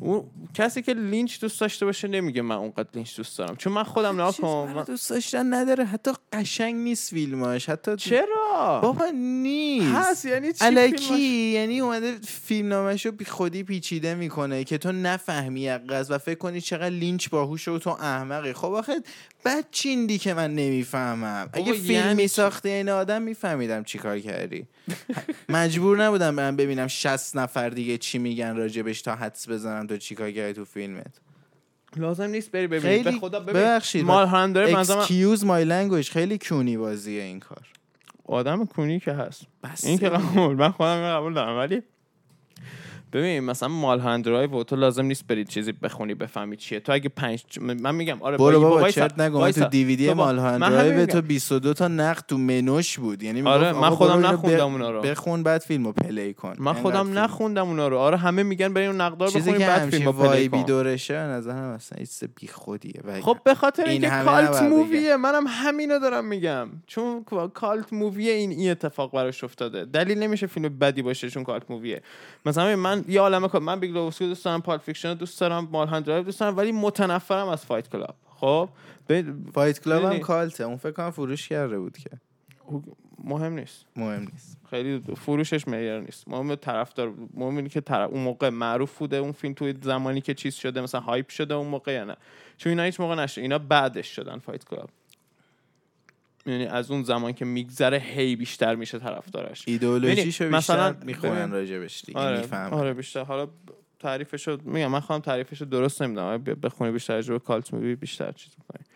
Speaker 1: او کسی که لینچ دوست داشته باشه نمیگه من اونقدر لینچ دوست دارم چون من خودم نها
Speaker 2: چیز
Speaker 1: کنم
Speaker 2: برای
Speaker 1: من-
Speaker 2: دوست داشتن نداره حتی قشنگ نیست فیلماش حتی
Speaker 1: چرا
Speaker 2: بابا نیست
Speaker 1: هست یعنی چی
Speaker 2: الکی
Speaker 1: فیلماش؟
Speaker 2: یعنی اومده فیلم نامش رو بی خودی پیچیده میکنه که تو نفهمی از و فکر کنی چقدر لینچ باهوشه و تو احمقی خب آخه بد چیندی که من نمیفهمم اگه
Speaker 1: بابا
Speaker 2: فیلمی
Speaker 1: یعنی چی؟
Speaker 2: ساخته این آدم میفهمیدم چی کار کردی مجبور نبودم برم ببینم 60 نفر دیگه چی میگن راجبش تا حدس بزنم تو چی کار کردی تو فیلمت
Speaker 1: لازم نیست بری ببینی
Speaker 2: خیلی
Speaker 1: به خدا ببین
Speaker 2: ببخشید
Speaker 1: مال هم داره منظورم-
Speaker 2: excuse my language خیلی کونی بازیه این کار
Speaker 1: آدم کونی که هست
Speaker 2: بس
Speaker 1: این که قبول من خودم اینو قبول دارم ولی ببین مثلا مال هندرایو و تو لازم نیست برید چیزی بخونی بفهمی چیه تو اگه پنج من میگم آره
Speaker 2: برو
Speaker 1: با-
Speaker 2: بابا
Speaker 1: وایسا،
Speaker 2: چرت نگو من
Speaker 1: وایسا.
Speaker 2: تو دیویدی
Speaker 1: بابا،
Speaker 2: مالهان
Speaker 1: من همین
Speaker 2: درایو
Speaker 1: میگم.
Speaker 2: تو 22 تا نقد تو منوش بود یعنی
Speaker 1: آره،
Speaker 2: میگفت
Speaker 1: من
Speaker 2: آقا
Speaker 1: خودم
Speaker 2: برو اینو
Speaker 1: نخوندم
Speaker 2: ب-
Speaker 1: اونا رو.
Speaker 2: بخون بعد فیلمو پلی کن
Speaker 1: من
Speaker 2: اینقدر فیلم.
Speaker 1: خودم نخوندم اونا رو آره همه میگن بریم اون نقدار
Speaker 2: چیزی
Speaker 1: بخونیم
Speaker 2: که
Speaker 1: بعد
Speaker 2: همچین
Speaker 1: فیلمو پلی
Speaker 2: وایبی
Speaker 1: کن
Speaker 2: دورشه به نظرم اصلا ایست بی خودیه و
Speaker 1: خب به خاطر
Speaker 2: این
Speaker 1: اینکه
Speaker 2: همه
Speaker 1: کالت
Speaker 2: نباید بگم.
Speaker 1: موویه منم همینو دارم میگم چون کالت موویه این این اتفاق براش افتاده دلیل نمیشه فیلم بدی باشه چون کالت موویه مثلا من یه عالمه کار- من بیگ لوفسکی دوست دارم پال فیکشن رو دوست دارم مالهان درایو دوست دارم ولی متنفرم از فایت کلاب خب ببین،
Speaker 2: فایت کلاب هم
Speaker 1: می‌دونی؟
Speaker 2: کالته اون فکر کنم فروش کرده بود که
Speaker 1: مهم نیست
Speaker 2: مهم نیست
Speaker 1: خیلی فروشش معیار نیست مهم طرفدار مهم اینه که طرف اون موقع معروف بوده اون فیلم توی زمانی که چیز شده مثلا هایپ شده اون موقع یا نه چون اینا هیچ موقع نشد اینا بعدش شدن فایت کلاب یعنی از اون زمان که میگذره هی بیشتر میشه طرفدارش
Speaker 2: ایدئولوژیشو
Speaker 1: ببین، مثلا-
Speaker 2: بیشتر میخونن
Speaker 1: ببین-
Speaker 2: راجبش دیگه
Speaker 1: آره,
Speaker 2: میفهمن
Speaker 1: آره بیشتر حالا تعریفش رو میگم من خواهم تعریفش رو درست نمیدونم آره، ب- بخونی بیشتر جو کالت میبینی بیشتر چیز میکنی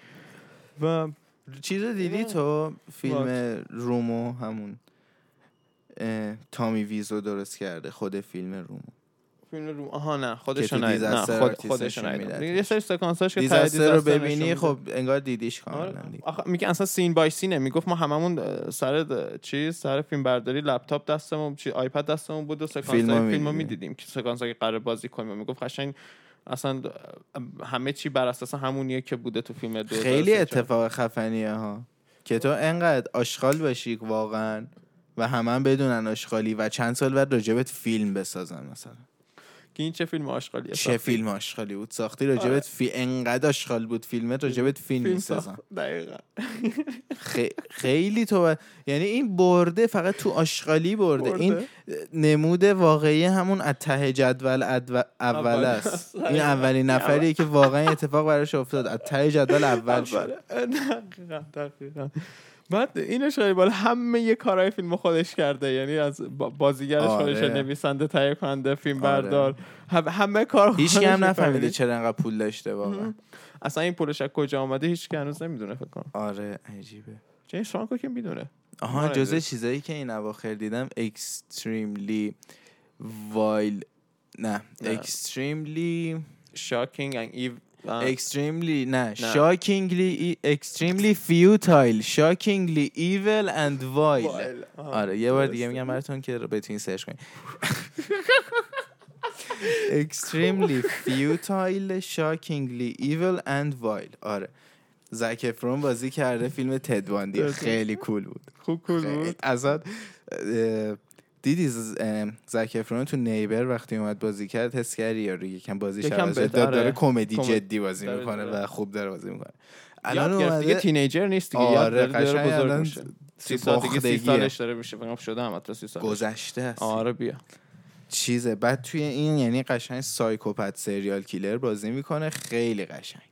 Speaker 1: و
Speaker 2: چیز رو دیدی تو فیلم رومو همون اه، تامی ویزو درست کرده خود فیلم رومو
Speaker 1: فیلم رو آها نه خودش
Speaker 2: که
Speaker 1: رو
Speaker 2: تو
Speaker 1: ندید. نه
Speaker 2: دیزاستر
Speaker 1: خود
Speaker 2: آرتیستش
Speaker 1: خودش رو ندیدم.
Speaker 2: می‌دادش.
Speaker 1: یه سری سکانساش که ته
Speaker 2: دیزاستر رو
Speaker 1: دیزاستر نشون
Speaker 2: ببینی
Speaker 1: میده.
Speaker 2: خب انگار دیدیش
Speaker 1: آره.
Speaker 2: کاملا دیگه.
Speaker 1: آخه میگه اصلا سین بای سینه میگفت ما هممون اه، سر د- چیز سر فیلم برداری لپتاپ دستمون چی آیپد دستمون بود و سکانس
Speaker 2: فیلمو
Speaker 1: فیلمو
Speaker 2: می‌دیدیم.
Speaker 1: میدیدیم که سکانس که قرار بازی کنیم میگفت قشنگ اصلا اه، همه چی بر اساس همونیه که بوده تو فیلم 2003.
Speaker 2: خیلی اتفاق خفنیه ها که تو انقدر آشغال باشی واقعا و همه هم بدونن آشغالی و چند سال بعد راجبت فیلم بسازن مثلا
Speaker 1: که این چه فیلم آشغالیه
Speaker 2: چه فیلم آشغالی بود ساختی راجبت فی انقدر آشغال بود فیلمت راجبت فیلم,
Speaker 1: فیلم
Speaker 2: میسازن
Speaker 1: ساخت دقیقاً
Speaker 2: خی- خیلی تو باید- یعنی این برده فقط تو آشغالی برده,
Speaker 1: برده.
Speaker 2: این نمود واقعی همون از ته جدول ادو- اول
Speaker 1: اول
Speaker 2: است
Speaker 1: است.
Speaker 2: این اولین نفریه که واقعا اتفاق براش افتاد از ته جدول اول شد
Speaker 1: آره، دقیقاً دقیقاً بعد اینو شاید بالا همه یه کارهای فیلم خودش کرده یعنی از با- بازیگرش
Speaker 2: آره.
Speaker 1: خودش نویسنده تهیه کننده فیلم بردار هم- همه کار
Speaker 2: هیچ
Speaker 1: خودشه
Speaker 2: هم نفهمیده
Speaker 1: فهمیدی.
Speaker 2: چرا انقدر پول داشته واقعا
Speaker 1: اصلا این پولش از کجا آمده هیچ که هنوز نمیدونه فکر کنم
Speaker 2: آره عجیبه
Speaker 1: چه شانکو که میدونه
Speaker 2: آها
Speaker 1: آره.
Speaker 2: جزء چیزایی که این اواخر دیدم اکستریملی وایل نه
Speaker 1: نه.
Speaker 2: اکستریملی
Speaker 1: شاکینگ and ایو
Speaker 2: اکستریملی نه e- شاکینگلی اکستریملی فیوتایل شاکینگلی ایول اند وایل آره یه بار دیگه میگم براتون که بتونین سرچ کنین extremely futile shockingly evil and vile آره زک افرون بازی کرده فیلم تدواندی خیلی کول بود
Speaker 1: خوب کول
Speaker 2: خیلی-
Speaker 1: بود
Speaker 2: اصلا اه، دیدی ز- اه، زک افرون تو نیبر وقتی اومد بازی کرد حس کردی یا روی یکم بازی
Speaker 1: یکم
Speaker 2: شد
Speaker 1: بهتره.
Speaker 2: داره کمدی
Speaker 1: کمد-
Speaker 2: جدی بازی
Speaker 1: داره،
Speaker 2: میکنه
Speaker 1: داره.
Speaker 2: و خوب داره بازی میکنه الان
Speaker 1: یاد گرفت
Speaker 2: اومده
Speaker 1: دیگه تینیجر نیست دیگه یاد
Speaker 2: آره
Speaker 1: داره داره
Speaker 2: قشنگ
Speaker 1: بزرگ
Speaker 2: الان
Speaker 1: میشه سی
Speaker 2: تو
Speaker 1: سال دیگه سی
Speaker 2: پختگیه.
Speaker 1: سالش داره میشه فکر کنم شده هم حتی سی سالش
Speaker 2: گذشته است
Speaker 1: آره بیا
Speaker 2: چیزه بعد توی این یعنی قشنگ سایکوپت سریال کیلر بازی میکنه خیلی قشنگ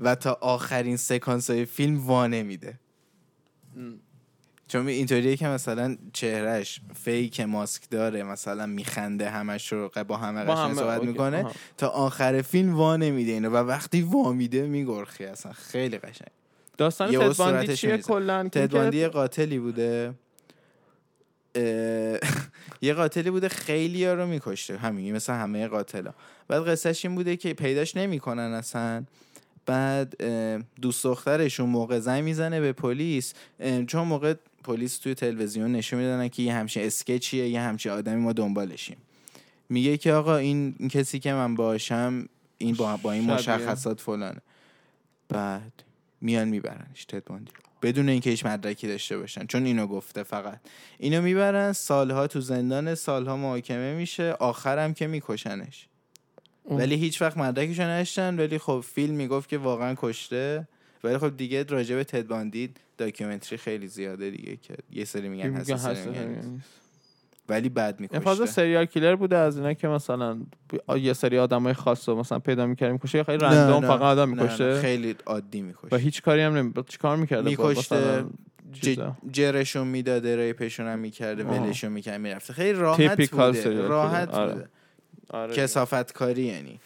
Speaker 2: و تا آخرین سکانس های فیلم وانه میده چون اینطوریه که مثلا چهرهش فیک ماسک داره مثلا میخنده همش رو با همه
Speaker 1: با
Speaker 2: قشنگ
Speaker 1: همه،
Speaker 2: صحبت
Speaker 1: اوکی.
Speaker 2: میکنه
Speaker 1: آها.
Speaker 2: تا آخر فیلم وانه میده اینو و وقتی وا میده میگرخی اصلا خیلی قشنگ
Speaker 1: داستان
Speaker 2: یه
Speaker 1: تد باندی
Speaker 2: صورتش
Speaker 1: چیه
Speaker 2: می‌ریزه.
Speaker 1: کلا که
Speaker 2: تدواندی یه
Speaker 1: اینکه
Speaker 2: قاتلی بوده اه، یه قاتلی بوده خیلی ها رو میکشته همین مثل همه قاتلا بعد قصهش این بوده که پیداش نمیکنن اصلا بعد اه، دوست دخترشون موقع زنگ میزنه به پلیس اه، چون موقع پلیس توی تلویزیون نشون میدادن که یه همچین اسکچیه یه همچین آدمی ما دنبالشیم میگه که آقا این, این کسی که من باشم این با, با این
Speaker 1: شبیه.
Speaker 2: مشخصات فلانه بعد میان میبرنش تد باندی رو. بدون اینکه هیچ مدرکی داشته باشن چون اینو گفته فقط اینو میبرن سالها تو زندان سالها محاکمه میشه آخرم که میکشنش
Speaker 1: اوه.
Speaker 2: ولی هیچ وقت مدرکش رو نداشتن ولی خب فیلم میگفت که واقعا کشته ولی خب دیگه راجع به تد باندی داکیومنتری خیلی زیاده دیگه که یه سری میگن هست یه
Speaker 1: هست،
Speaker 2: سری میگن نیست.
Speaker 1: یعنی.
Speaker 2: ولی بعد
Speaker 1: فاز
Speaker 2: میکشته
Speaker 1: سریال کیلر بوده از اینا که مثلا ب- یه سری آدمای خاص رو مثلا پیدا می‌کردیم کشه خیلی
Speaker 2: نه،
Speaker 1: رندوم
Speaker 2: نه،
Speaker 1: فقط آدم
Speaker 2: نه، نه،
Speaker 1: می‌کشه
Speaker 2: خیلی عادی
Speaker 1: و
Speaker 2: میکشه
Speaker 1: هیچ کاری هم نمی چیکار می‌کرده با
Speaker 2: می‌کشته،
Speaker 1: مثلا
Speaker 2: ج-
Speaker 1: چیزا؟
Speaker 2: جرشون میداده ریپشون هم میکرده
Speaker 1: آها.
Speaker 2: ولشون میکرد میرفته خیلی راحت
Speaker 1: Typical
Speaker 2: بوده
Speaker 1: serial
Speaker 2: راحت
Speaker 1: killer. آره.
Speaker 2: بوده
Speaker 1: آره
Speaker 2: کسافت کاری یعنی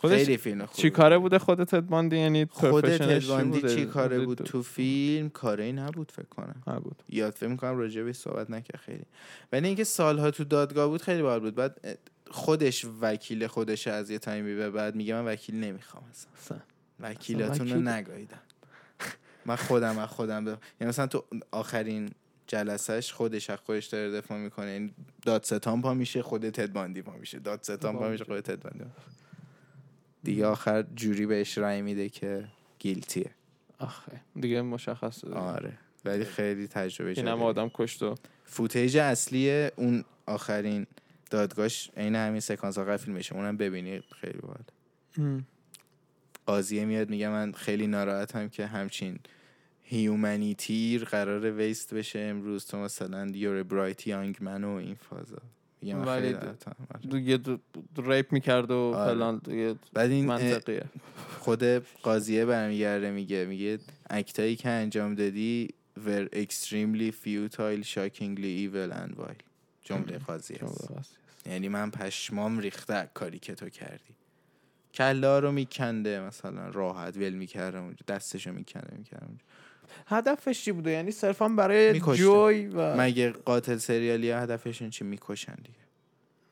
Speaker 1: خودش
Speaker 2: خیلی فیلم خوبی
Speaker 1: چی کاره بوده خود تد باندی یعنی
Speaker 2: خود
Speaker 1: پروفشنلش چی
Speaker 2: تدواندی
Speaker 1: بوده؟
Speaker 2: چی کاره بود
Speaker 1: دو-
Speaker 2: تو فیلم کاری نبود فکر کنم
Speaker 1: نبود
Speaker 2: یاد فکر میکنم راجع بهش صحبت نکرد خیلی ولی اینکه سالها تو دادگاه بود خیلی بار بود بعد خودش وکیل خودش از یه تایمی به بعد میگه من وکیل نمیخوام اصلا
Speaker 1: اصلا.
Speaker 2: وکیلاتون رو
Speaker 1: وکیل-
Speaker 2: نگاهیدم من خودم از خودم به یعنی مثلا تو آخرین جلسهش خودش از خودش داره دفاع میکنه این دادستان پا میشه خود تدباندی پا میشه دادستان
Speaker 1: پا
Speaker 2: پا میشه خود تدباندی دیگه آخر جوری بهش رأی میده که گیلتیه
Speaker 1: آخه دیگه مشخص
Speaker 2: آره ولی خیلی تجربه
Speaker 1: این
Speaker 2: جالبی.
Speaker 1: هم آدم کشت و
Speaker 2: فوتیج اصلی اون آخرین دادگاهش عین همین سکانس آخر فیلمشه اونم ببینی خیلی باحال قاضیه میاد میگه من خیلی ناراحتم که همچین هیومنیتیر قرار ویست بشه امروز تو مثلا یور برایت یانگ من و این فازا میگم من
Speaker 1: ولی
Speaker 2: خیلی
Speaker 1: د-
Speaker 2: دارم.
Speaker 1: دو یه دو- دو- ریپ میکرد و
Speaker 2: آره.
Speaker 1: فلان یه
Speaker 2: بعد این اه،
Speaker 1: منطقیه
Speaker 2: خود قاضیه برمیگرده میگه میگه اکتایی که انجام دادی were extremely futile shockingly evil and vile جمله قاضیه است.
Speaker 1: جمله وسیعه.
Speaker 2: یعنی من پشمام ریخته از کاری که تو کردی کلا رو میکنده مثلا راحت ول میکردم اونجا دستشو میکنده میکردم
Speaker 1: هدفش چی بوده یعنی صرفا برای
Speaker 2: می‌کشته.
Speaker 1: جوی و
Speaker 2: مگه قاتل سریالی ها هدفشون چی میکشن دیگه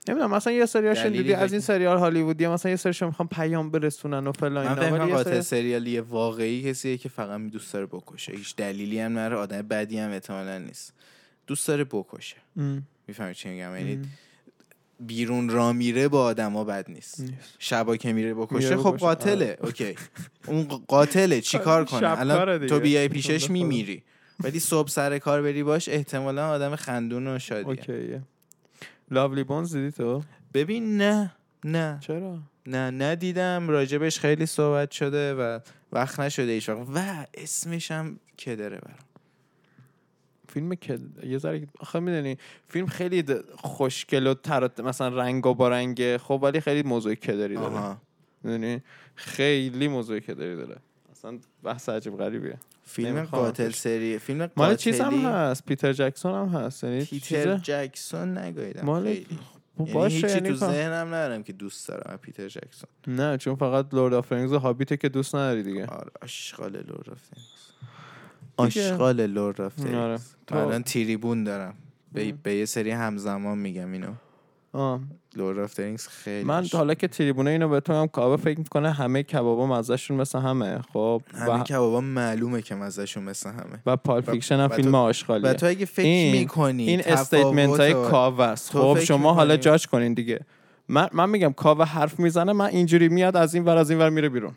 Speaker 1: نمیدونم مثلا یه سریاشون
Speaker 2: دلیلی
Speaker 1: دیدی از این
Speaker 2: فکر-
Speaker 1: سریال هالیوودی مثلا یه سریشون میخوام پیام برسونن و فلان
Speaker 2: من
Speaker 1: اینا
Speaker 2: فکر
Speaker 1: ولی
Speaker 2: کنم
Speaker 1: یه
Speaker 2: قاتل
Speaker 1: سری-
Speaker 2: سریالی واقعی کسیه که فقط می دوست داره بکشه هیچ دلیلی هم نره آدم بدی هم احتمالا نیست دوست داره بکشه
Speaker 1: م،
Speaker 2: میفهمی چی میگم یعنی
Speaker 1: م،
Speaker 2: بیرون را میره با آدما بد نیست
Speaker 1: نیست.
Speaker 2: شبا که میره بکشه
Speaker 1: میره
Speaker 2: خب
Speaker 1: بکشه،
Speaker 2: قاتله اوکی اون ق- قاتله چیکار کنه
Speaker 1: شبکاره
Speaker 2: الان تو
Speaker 1: دیگه.
Speaker 2: بیای پیشش
Speaker 1: بنده خدا.
Speaker 2: میمیری ولی صبح سر کار بری باش احتمالا آدم خندون و شادیه
Speaker 1: اوکیه لاولی بونز دیدی تو
Speaker 2: ببین نه نه
Speaker 1: چرا
Speaker 2: نه ندیدم راجبش خیلی صحبت شده و وقت نشده هیچ وقت و اسمش هم کدره برام
Speaker 1: فیلم که یه ذره آخه میدونی فیلم خیلی د- خوشگل و ترات مثلا رنگ و بارنگه خب ولی خیلی موضوع کدری داره
Speaker 2: آها.
Speaker 1: میدونی خیلی موضوع کدری داره اصلا بحث عجیب غریبیه
Speaker 2: فیلم
Speaker 1: نمی‌خوام
Speaker 2: قاتل
Speaker 1: ازش.
Speaker 2: سری فیلم
Speaker 1: مال چیز هم
Speaker 2: قاتلی
Speaker 1: هست پیتر جکسون هم هست یعنی
Speaker 2: پیتر
Speaker 1: چیزه
Speaker 2: جکسون نگاییدم
Speaker 1: مال-
Speaker 2: خیلی یعنی
Speaker 1: باشه
Speaker 2: هیچی
Speaker 1: یعنی
Speaker 2: تو
Speaker 1: فهم.
Speaker 2: ذهنم ندارم که دوست دارم از پیتر جکسون
Speaker 1: نه چون فقط لورد آف رینگز و هابیته که دوست نداری دیگه
Speaker 2: آره آشغال لور رفتنیکس
Speaker 1: دیگه.
Speaker 2: آشغال لور
Speaker 1: آره.
Speaker 2: رفتنیکس
Speaker 1: تو-
Speaker 2: الان تریبون دارم به,
Speaker 1: مم.
Speaker 2: به یه سری همزمان میگم اینو
Speaker 1: آه.
Speaker 2: لور رفتنیکس خیلی
Speaker 1: من
Speaker 2: عشق-
Speaker 1: تا حالا که تریبونه اینو بتونم کابه فکر میکنه همه کبابا مزهشون مثل همه خب
Speaker 2: همین
Speaker 1: و,
Speaker 2: کبابا معلومه که مزهشون مثل همه
Speaker 1: و پال فیکشن هم
Speaker 2: و تو-
Speaker 1: فیلم
Speaker 2: و
Speaker 1: آشغالیه
Speaker 2: تو اگه فکر
Speaker 1: این-
Speaker 2: میکنی
Speaker 1: این استیتمنت های کاوه است
Speaker 2: تو
Speaker 1: خب
Speaker 2: فکر
Speaker 1: شما حالا
Speaker 2: می‌کنی-
Speaker 1: جاج کنین دیگه من, من میگم کاوه حرف میزنه من اینجوری میاد از این ور از این ور میره بیرون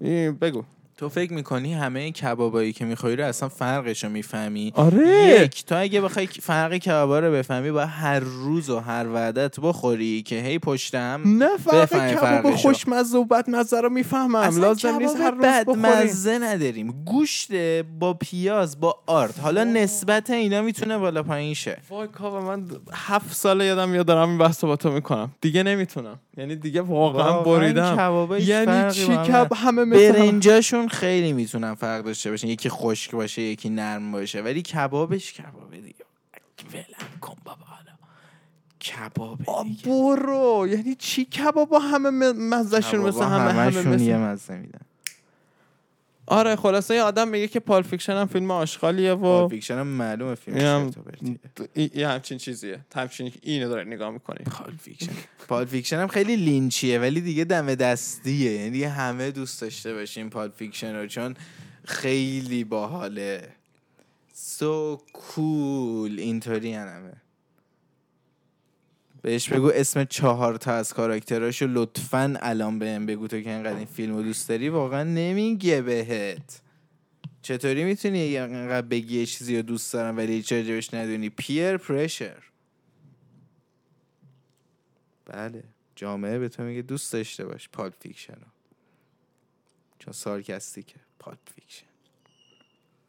Speaker 1: این- بگو
Speaker 2: تو فکر میکنی همه کبابایی که میخوری رو اصلا فرقش رو میفهمی
Speaker 1: آره
Speaker 2: یک تو اگه بخوای فرق کبابا رو بفهمی باید هر روز و هر وعدت بخوری که هی پشتم
Speaker 1: نه
Speaker 2: بفهمی
Speaker 1: فقط کباب
Speaker 2: فرقشو.
Speaker 1: خوشمزه و بدمزه رو میفهمم لازم نیست هر روز بخوریم
Speaker 2: مزه نداریم گوشت با پیاز با آرد حالا نسبت اینا میتونه بالا پایین شه
Speaker 1: وای کاوه من هفت ساله یادم میاد دارم این بحث رو با تو میکنم دیگه نمیتونم یعنی دیگه واقعا بریدم
Speaker 2: کبابا هیچ
Speaker 1: یعنی
Speaker 2: فرقی
Speaker 1: چی
Speaker 2: با هم
Speaker 1: کب
Speaker 2: نداره.
Speaker 1: همه مثل هم.
Speaker 2: برنجاشون خیلی میتونن فرق داشته باشن یکی خشک باشه یکی نرم باشه ولی کبابش کبابه دیگه ولم کن بابا حالا کبابه
Speaker 1: آ،
Speaker 2: دیگه.
Speaker 1: برو یعنی چی کبابا همه م- مزهشون
Speaker 2: کبابا
Speaker 1: مثل همه همه
Speaker 2: همشون
Speaker 1: مثل
Speaker 2: یه مزه میدن
Speaker 1: آره خلاصه یه آدم میگه که پال فیکشن هم فیلم آشغالیه و
Speaker 2: پالپ فیکشن هم معلومه فیلم
Speaker 1: اینم-
Speaker 2: چرت و پرتیه.
Speaker 1: این- یه همچین چیزیه همچین که اینو داره نگاه میکنی
Speaker 2: پال فیکشن پال فیکشن هم خیلی لینچیه ولی دیگه دم دستیه یعنی دیگه همه دوست داشته باشیم پال فیکشن رو چون خیلی باحاله سو کول اینطوری همه بهش بگو اسم چهار تا از کاراکتراشو لطفا الان بهم بگو تو که انقدر این فیلم رو دوست داری واقعا نمیگه بهت چطوری میتونی انقدر بگی یه چیزی رو دوست دارم ولی هیچ راجبش ندونی پیر پرشر بله جامعه به تو میگه دوست داشته باش پالپ فیکشن رو چون سارکستیکه پالپ فیکشن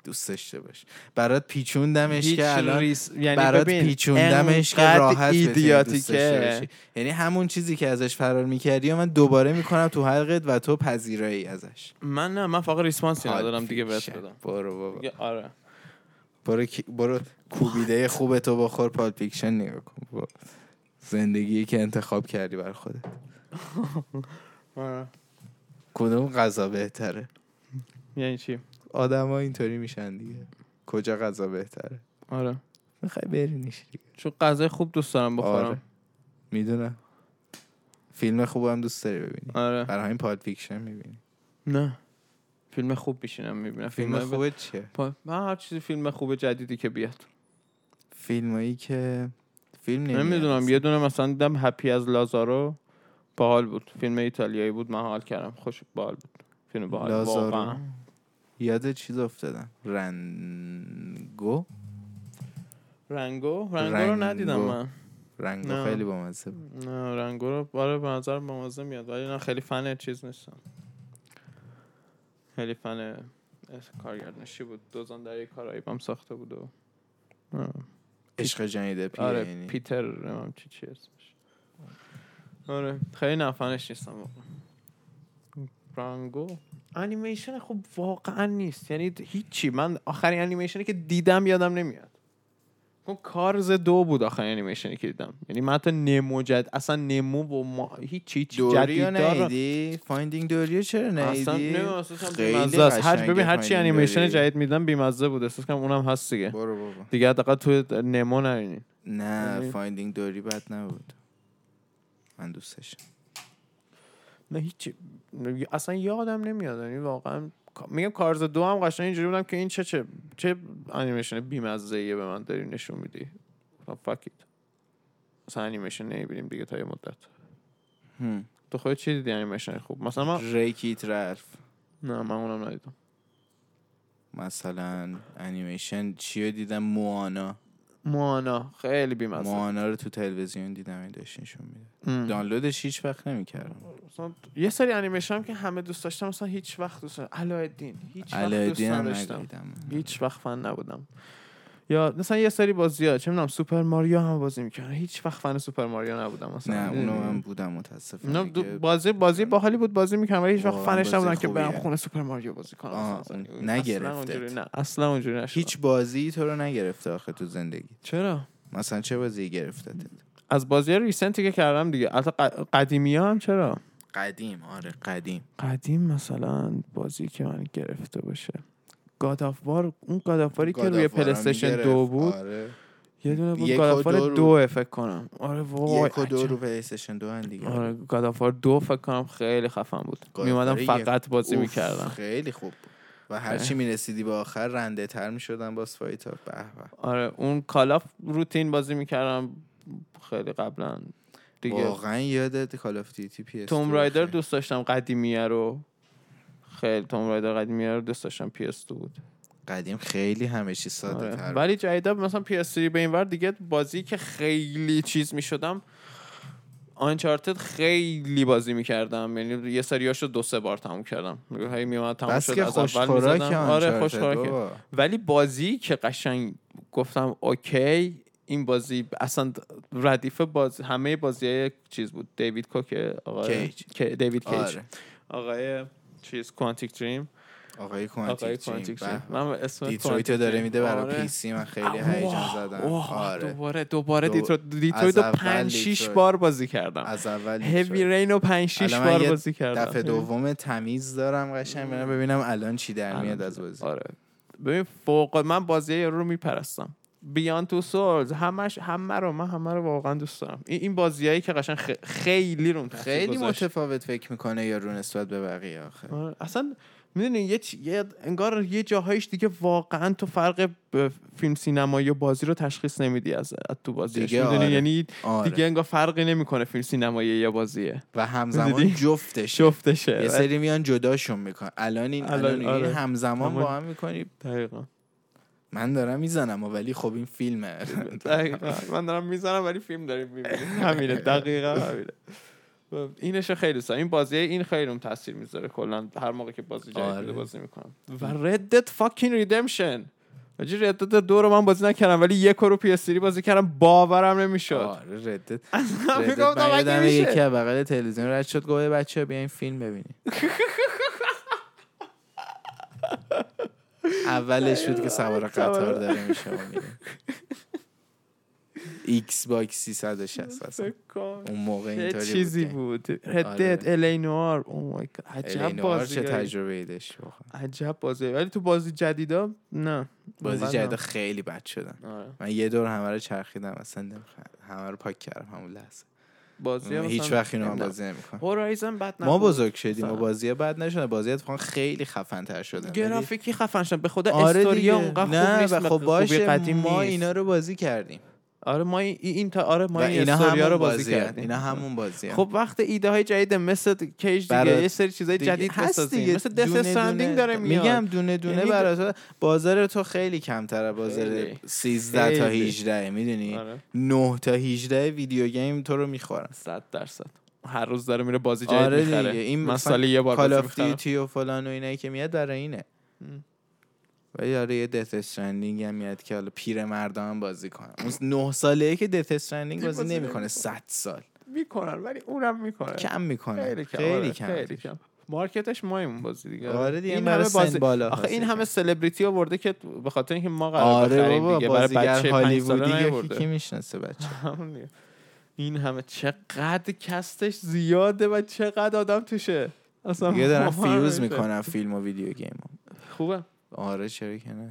Speaker 2: دوست داشته باش برات پیچوندمش
Speaker 1: هیچ
Speaker 2: که الان
Speaker 1: ریس- یعنی
Speaker 2: برات
Speaker 1: ببین،
Speaker 2: پیچوندمش که
Speaker 1: انقدر
Speaker 2: راحت بتونی دوست داشته
Speaker 1: ایدیاتیکه
Speaker 2: باشی. یعنی همون چیزی که ازش فرار میکردی و من دوباره میکنم تو حلقت و تو پذیرایی ازش
Speaker 1: من نه من فقط ریسپانسی
Speaker 2: حال
Speaker 1: ندارم دیگه بهت
Speaker 2: فیکشن.
Speaker 1: بدم
Speaker 2: برو بابا
Speaker 1: دیگه آره
Speaker 2: برو, کی- برو کوبیده خوبتو بخور پال فیکشن نگاه کن با زندگی که انتخاب کردی بر خودت
Speaker 1: آره.
Speaker 2: کدوم غذا بهتره
Speaker 1: یعنی چی
Speaker 2: آدما اینطوری میشن دیگه کجا غذا بهتره
Speaker 1: آره
Speaker 2: میخوای برینیش دیگه
Speaker 1: چون غذای خوب دوست دارم بخورم
Speaker 2: آره. میدونم فیلم خوبم دوست داری ببینی
Speaker 1: آره
Speaker 2: برای همین پال فیکشن میبینی
Speaker 1: نه فیلم خوب میشینم میبینم
Speaker 2: فیلم خوبه چیه
Speaker 1: من هر چیزی فیلم خوب جدیدی که بیاد
Speaker 2: فیلمایی که فیلم نمیاد
Speaker 1: نمیدونم
Speaker 2: اصلا.
Speaker 1: یه دونه مثلا دیدم هپی از لازارو باحال بود فیلم ایتالیایی بود من حال کردم خوش باحال بود فیلم باحال
Speaker 2: لازارو.
Speaker 1: واقعا
Speaker 2: یاد چیز افتادم رنگو
Speaker 1: رنگو رنگو رو
Speaker 2: رنگو.
Speaker 1: ندیدم من
Speaker 2: رنگو
Speaker 1: نه.
Speaker 2: خیلی بامزه بود
Speaker 1: نه رنگو رو آره به نظر بامزه میاد ولی نه خیلی فن چیز نیستم خیلی فن اس- کارگردانشی بود دوزان در یک کارایی هم ساخته بود و آه.
Speaker 2: عشق جنیده پیره
Speaker 1: آره
Speaker 2: یعنی.
Speaker 1: پیتر نمیم چی چی اسمش آره خیلی نفنش نیستم واقعا رانگو انیمیشن خب واقعا نیست یعنی هیچی من آخرین انیمیشنی که دیدم یادم نمیاد اون کارز دو بود آخرین انیمیشنی که دیدم یعنی من حتی نمو جد اصلا نمو و ما هیچ هیچ
Speaker 2: دوری رو
Speaker 1: جدیدار رو-
Speaker 2: نیدی فایندینگ دوری رو چرا
Speaker 1: اصلا
Speaker 2: نیدی
Speaker 1: نه اصلا بیمزه است هر ببین هر چی انیمیشن جدید میدم بیمزه بود احساس کنم اونم هست دیگه
Speaker 2: برو بابا
Speaker 1: دیگه حداقل تو نمو نرینین
Speaker 2: نه
Speaker 1: یعنی-
Speaker 2: فایندینگ دوری بد نبود من دوستش
Speaker 1: نه هیچ اصلا یادم نمیاد یعنی واقعا میگم کارز دو هم قشنگ اینجوری بودم که این چه چه چه انیمیشن بیمزه ایه به من داری نشون میدی خب، فکیت اصلا انیمیشن نمیبینیم دیگه تا یه مدت
Speaker 2: هم.
Speaker 1: تو خودت چی دیدی انیمیشن خوب مثلا من
Speaker 2: ریکیت ررف
Speaker 1: نه من اونم ندیدم
Speaker 2: مثلا انیمیشن چی رو دیدم موانا
Speaker 1: موانا خیلی بیمزه
Speaker 2: موانا رو تو تلویزیون دیدم این داشت نشون میده
Speaker 1: ام.
Speaker 2: دانلودش هیچ وقت نمیکردم
Speaker 1: مثلا یه سری انیمیشن هم که همه دوست داشتم مثلا هیچ وقت دوست نداشتم علایالدین هیچ وقت دوست
Speaker 2: علایالدین هم
Speaker 1: نداشتم
Speaker 2: ندیدم
Speaker 1: هیچ وقت فن نبودم یا مثلا یه سری بازی ها چه میدونم سوپر ماریو هم بازی میکنه هیچ وقت فن سوپر ماریو نبودم مثلا
Speaker 2: نه اونو من
Speaker 1: نه،
Speaker 2: بودم متاسفانه
Speaker 1: نه، دو-
Speaker 2: که-
Speaker 1: بازی بازی باحالی بود بازی میکنم ولی هیچ وقت
Speaker 2: واقعا
Speaker 1: فنش
Speaker 2: بازی
Speaker 1: نبودم که
Speaker 2: خوبیه.
Speaker 1: برم خونه سوپر ماریو بازی کنم
Speaker 2: آه،
Speaker 1: مثلا.
Speaker 2: اون-
Speaker 1: اصلا
Speaker 2: نگرفتت.
Speaker 1: اونجوری نه اصلا اونجوری نشد
Speaker 2: هیچ بازی تو رو نگرفته آخه تو زندگی
Speaker 1: چرا
Speaker 2: مثلا چه بازی گرفتت
Speaker 1: از بازی ریسنتی که کردم دیگه البته ق- قدیمی ها هم چرا
Speaker 2: قدیم آره قدیم
Speaker 1: قدیم مثلا بازی که من گرفته باشه گاد آف وار اون گاد آف واری که روی
Speaker 2: God of War هم
Speaker 1: پلی استیشن
Speaker 2: می‌گرفت.
Speaker 1: دو بود
Speaker 2: آره.
Speaker 1: یه دونه بود
Speaker 2: یک
Speaker 1: گاد
Speaker 2: و
Speaker 1: آف وار
Speaker 2: دو رو-
Speaker 1: دو فکر کنم آره وای
Speaker 2: یک و
Speaker 1: عجب.
Speaker 2: دو رو پلی استیشن دو هم دیگه
Speaker 1: آره گاد آف وار دو فکر کنم خیلی خفن بود
Speaker 2: God of
Speaker 1: میومدم
Speaker 2: War یک.
Speaker 1: فقط بازی
Speaker 2: اوف،
Speaker 1: میکردم
Speaker 2: خیلی خوب بود و هرچی میرسیدی به آخر رنده تر میشدن باز فایت ها به به.
Speaker 1: آره اون کالاف روتین بازی میکردم خیلی قبلا دیگه
Speaker 2: واقعا یادت کال آف دیوتی پی اس
Speaker 1: توم رایدر دوست داشتم قدیمیه رو خیلی توم رایدر قدیمیه رو دوست داشتم پی اس دو بود
Speaker 2: قدیم خیلی همه چی
Speaker 1: آره.
Speaker 2: ساده تر
Speaker 1: ولی جدیدا مثلا پی اس به این ور دیگه بازی که خیلی چیز میشدم آنچارتد خیلی بازی میکردم یعنی یه سریاشو دو سه بار تموم کردم هی میومد تموم
Speaker 2: بس
Speaker 1: شد
Speaker 2: که
Speaker 1: از
Speaker 2: خوش
Speaker 1: اول
Speaker 2: خوراک
Speaker 1: می‌زدم. آره خوش خوراکه. ولی بازی که قشنگ گفتم اوکی این بازی اصلا ردیف باز همه بازی چیز بود دیوید کوک آقای
Speaker 2: کیج.
Speaker 1: کی- دیوید کیج
Speaker 2: آره
Speaker 1: آقای چیز کوانتیک دریم
Speaker 2: آقای
Speaker 1: آقای
Speaker 2: کوانتیک
Speaker 1: کوانتیک
Speaker 2: دریم.
Speaker 1: دریم
Speaker 2: به.
Speaker 1: من اسم
Speaker 2: دیترویت
Speaker 1: کوانتیک
Speaker 2: بله. رو داره
Speaker 1: دریم.
Speaker 2: میده برای
Speaker 1: آره.
Speaker 2: پی سی من خیلی
Speaker 1: اوه،
Speaker 2: هیجان زدم
Speaker 1: اوه،
Speaker 2: آره
Speaker 1: دوباره دوباره
Speaker 2: دو-
Speaker 1: دیترویت دیترویت
Speaker 2: از
Speaker 1: رو
Speaker 2: اول
Speaker 1: 5 6
Speaker 2: دیترویت.
Speaker 1: بار بازی کردم
Speaker 2: از اول
Speaker 1: هیوی
Speaker 2: دیترویت.
Speaker 1: رین رو 5 6
Speaker 2: الان من
Speaker 1: بار
Speaker 2: یه
Speaker 1: بازی کردم
Speaker 2: دفعه دوم تمیز دارم قشنگ برم ببینم الان چی در
Speaker 1: الان
Speaker 2: میاد
Speaker 1: چی
Speaker 2: از بازی
Speaker 1: آره ببین فوق من بازی یارو رو میپرستم بیان تو سولز همش همه رو من همه رو واقعا دوست دارم این این بازیایی که قشنگ خ- خیلی رو
Speaker 2: خیلی متفاوت فکر میکنه یارو نسبت به بقیه آخه
Speaker 1: اصلا آره. میدونی یه, چی- یه انگار یه جاهایش دیگه واقعا تو فرق ب- فیلم سینمایی و بازی رو تشخیص نمیدی از از تو بازی
Speaker 2: دیگه
Speaker 1: میدونی
Speaker 2: آره.
Speaker 1: یعنی
Speaker 2: آره.
Speaker 1: دیگه انگار فرقی نمیکنه فیلم سینمایی یا بازیه
Speaker 2: و همزمان
Speaker 1: دیدی؟
Speaker 2: جفتش
Speaker 1: شفتشه
Speaker 2: یه سری میان جداشون میکنن الان این
Speaker 1: الان،
Speaker 2: الان, این
Speaker 1: آره.
Speaker 2: همزمان
Speaker 1: همون-
Speaker 2: با هم میکنی
Speaker 1: دقیقا
Speaker 2: من دارم میزنم ولی خب این فیلمه
Speaker 1: دقیقا. من دارم میزنم ولی فیلم داریم میبینیم همینه دقیقا همینه و اینش رو خیلی دوست دارم. این بازی این خیلی اون تاثیر میذاره کلا هر موقع که بازی جدید
Speaker 2: آره.
Speaker 1: میده بازی میکنم و ردت فاکین ریدمشن آجی ردت دو رو من بازی نکردم ولی یک رو پی اس بازی کردم باورم نمیشد
Speaker 2: آره ردت
Speaker 1: من
Speaker 2: ردت
Speaker 1: گفتم
Speaker 2: من
Speaker 1: مگه
Speaker 2: یادم
Speaker 1: میشه؟
Speaker 2: یکی از بغل تلویزیون رد شد گفت بچه بیاین فیلم ببینیم اولش بود که سوار قطار داره میشه ما میریم ایکس باکس 360 اصلا. اون موقع
Speaker 1: چه
Speaker 2: اینطوری
Speaker 1: چیزی
Speaker 2: که
Speaker 1: بود ردت
Speaker 2: آره.
Speaker 1: الینوار او مای گاد Oh عجب
Speaker 2: الینوار
Speaker 1: بازی
Speaker 2: آره، چه تجربه ای داشت واقعا
Speaker 1: عجب بازی ولی تو بازی جدیدا نه
Speaker 2: بازی
Speaker 1: اونقدر نه.
Speaker 2: جدید خیلی بد شدن
Speaker 1: آره.
Speaker 2: من یه دور همه رو چرخیدم اصلا نمی‌خوام. همه رو پاک کردم همون لحظه
Speaker 1: بازی هم
Speaker 2: هیچ
Speaker 1: مثلا- خب،
Speaker 2: وقت اینو هم
Speaker 1: نه.
Speaker 2: بازی نمی‌کنم
Speaker 1: هورایزن بد
Speaker 2: ما
Speaker 1: نبود.
Speaker 2: بزرگ شدیم و
Speaker 1: مثلا.
Speaker 2: بازی بد نشدن بازی اتفاقا خیلی خفن تر شدن ولی-
Speaker 1: گرافیکی خفن شدن به خدا
Speaker 2: آره
Speaker 1: استوریا
Speaker 2: دیگه.
Speaker 1: اونقدر خوب
Speaker 2: نه
Speaker 1: نیست
Speaker 2: و
Speaker 1: به
Speaker 2: خب
Speaker 1: خوبی
Speaker 2: باشه
Speaker 1: قدیم
Speaker 2: ما
Speaker 1: نیست.
Speaker 2: اینا رو بازی کردیم
Speaker 1: آره ما این این تا آره ما
Speaker 2: و
Speaker 1: این
Speaker 2: اینا
Speaker 1: استوریا
Speaker 2: همون
Speaker 1: رو بازی
Speaker 2: بازی
Speaker 1: کردیم
Speaker 2: اینا همون بازی
Speaker 1: خب وقت ایده های جدید مثل کیج دیگه
Speaker 2: برات
Speaker 1: یه سری چیزای جدید بسازیم مثل دس استراندینگ داره میاد
Speaker 2: میگم دونه دونه
Speaker 1: یعنی
Speaker 2: برای تو بازار تو خیلی کمتره بازار
Speaker 1: خیلی.
Speaker 2: 13 تا
Speaker 1: خیلی.
Speaker 2: 18 میدونی
Speaker 1: آره.
Speaker 2: 9 تا 18 ویدیو گیم تو رو میخورن
Speaker 1: 100 درصد هر روز داره میره بازی جدید
Speaker 2: آره
Speaker 1: میخره
Speaker 2: دیگه این
Speaker 1: من سالی یه بار
Speaker 2: کال
Speaker 1: بازی
Speaker 2: آف
Speaker 1: میخرم
Speaker 2: دیوتی و فلان و اینایی که میاد برای اینه و یاره آره یه دت استرندینگ هم میاد که حالا پیر مردم هم بازی کنن اون نه ساله که دت استرندینگ بازی
Speaker 1: بازی
Speaker 2: نمیکنه
Speaker 1: نمی‌کنه.
Speaker 2: 100 سال
Speaker 1: میکنن ولی اونم میکنه
Speaker 2: کم میکنه
Speaker 1: خیلی کم
Speaker 2: خیلی
Speaker 1: آره،
Speaker 2: کم
Speaker 1: خیلی کم مارکتش ما اون بازی دیگه
Speaker 2: آره دیگه
Speaker 1: این
Speaker 2: برای
Speaker 1: همه
Speaker 2: سن
Speaker 1: بازی
Speaker 2: بالا
Speaker 1: آخه این
Speaker 2: بازی
Speaker 1: همه
Speaker 2: کم.
Speaker 1: سلبریتی آورده که به خاطر اینکه ما قرار
Speaker 2: آره
Speaker 1: بخریم
Speaker 2: بابا
Speaker 1: دیگه برای
Speaker 2: بازیگر
Speaker 1: بچه پنج ساله
Speaker 2: هالیوودی یکی
Speaker 1: نیاورده.
Speaker 2: کی میشناسه بچه
Speaker 1: همون دیگه. این همه چقدر کستش زیاده و چقدر آدم توشه اصلا
Speaker 2: دیگه دارن
Speaker 1: باور
Speaker 2: فیوز
Speaker 1: نمیشه.
Speaker 2: میکنن فیلم و ویدیو گیم
Speaker 1: خوبه
Speaker 2: آره چرا که نه
Speaker 1: آره.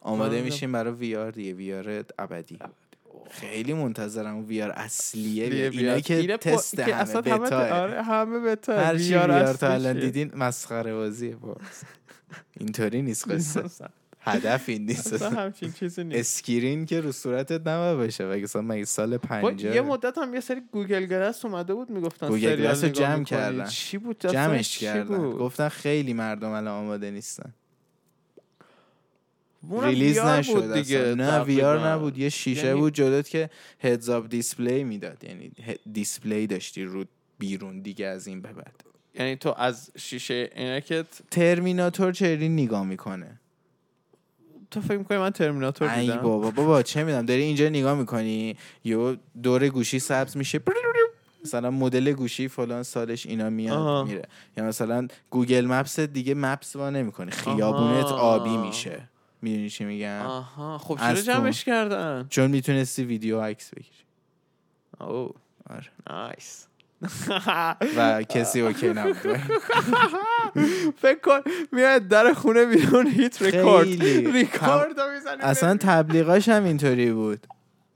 Speaker 2: آماده میشیم برای وی آر دیگه وی آر ابدی خیلی منتظرم وی آر اصلیه
Speaker 1: دیگه
Speaker 2: اینا
Speaker 1: بیاد. اینه
Speaker 2: که
Speaker 1: با-
Speaker 2: تست
Speaker 1: که
Speaker 2: همه
Speaker 1: اصلا همه ت-
Speaker 2: بتا
Speaker 1: آره همه بتا
Speaker 2: هر چی وی آر تا الان دیدین مسخره بازیه باز اینطوری نیست قصه هدف این نیست
Speaker 1: اصلا همچین چیزی نیست
Speaker 2: اسکرین که رو صورتت نباید باشه و مثلا مگه سال
Speaker 1: با یه
Speaker 2: 50
Speaker 1: مدت هم یه سری گوگل گلس اومده بود میگفتن
Speaker 2: گوگل
Speaker 1: سریال
Speaker 2: گلس رو
Speaker 1: نگاه
Speaker 2: جمع
Speaker 1: می‌کنی.
Speaker 2: کردن.
Speaker 1: چی بود
Speaker 2: جمعش کردن
Speaker 1: کردن
Speaker 2: گفتن خیلی مردم الان آماده نیستن
Speaker 1: اونم
Speaker 2: ریلیز
Speaker 1: VR بود
Speaker 2: نشد
Speaker 1: دیگه
Speaker 2: دیگه نه وی
Speaker 1: تقریباً.
Speaker 2: نبود یه شیشه
Speaker 1: یعنی-
Speaker 2: بود جلوت که هدز اپ دیسپلی میداد یعنی ه- دیسپلی داشتی رو بیرون دیگه از این به بعد
Speaker 1: یعنی تو از شیشه عینکت
Speaker 2: ترمیناتور چری نگاه میکنه
Speaker 1: تو فکر می‌کنی من ترمیناتور
Speaker 2: ای
Speaker 1: دیدم
Speaker 2: بابا بابا چه میدونم داری اینجا نگاه میکنی یه دور گوشی سبز میشه مثلا مدل گوشی فلان سالش اینا میاد
Speaker 1: آها.
Speaker 2: میره یا مثلا گوگل مپس دیگه مپس وا نمیکنه خیابونت
Speaker 1: آها.
Speaker 2: آبی میشه میدونی چی میگم
Speaker 1: آها خب چرا
Speaker 2: از تو.
Speaker 1: جمعش کردن
Speaker 2: چون میتونستی ویدیو عکس بگیری
Speaker 1: او
Speaker 2: آره
Speaker 1: نایس
Speaker 2: و کسی اوکی نبود
Speaker 1: فکر کن میاد در خونه بیرون هیت رکورد
Speaker 2: خیلی.
Speaker 1: ریکورد رو میزنه
Speaker 2: اصلا تبلیغاش هم اینطوری بود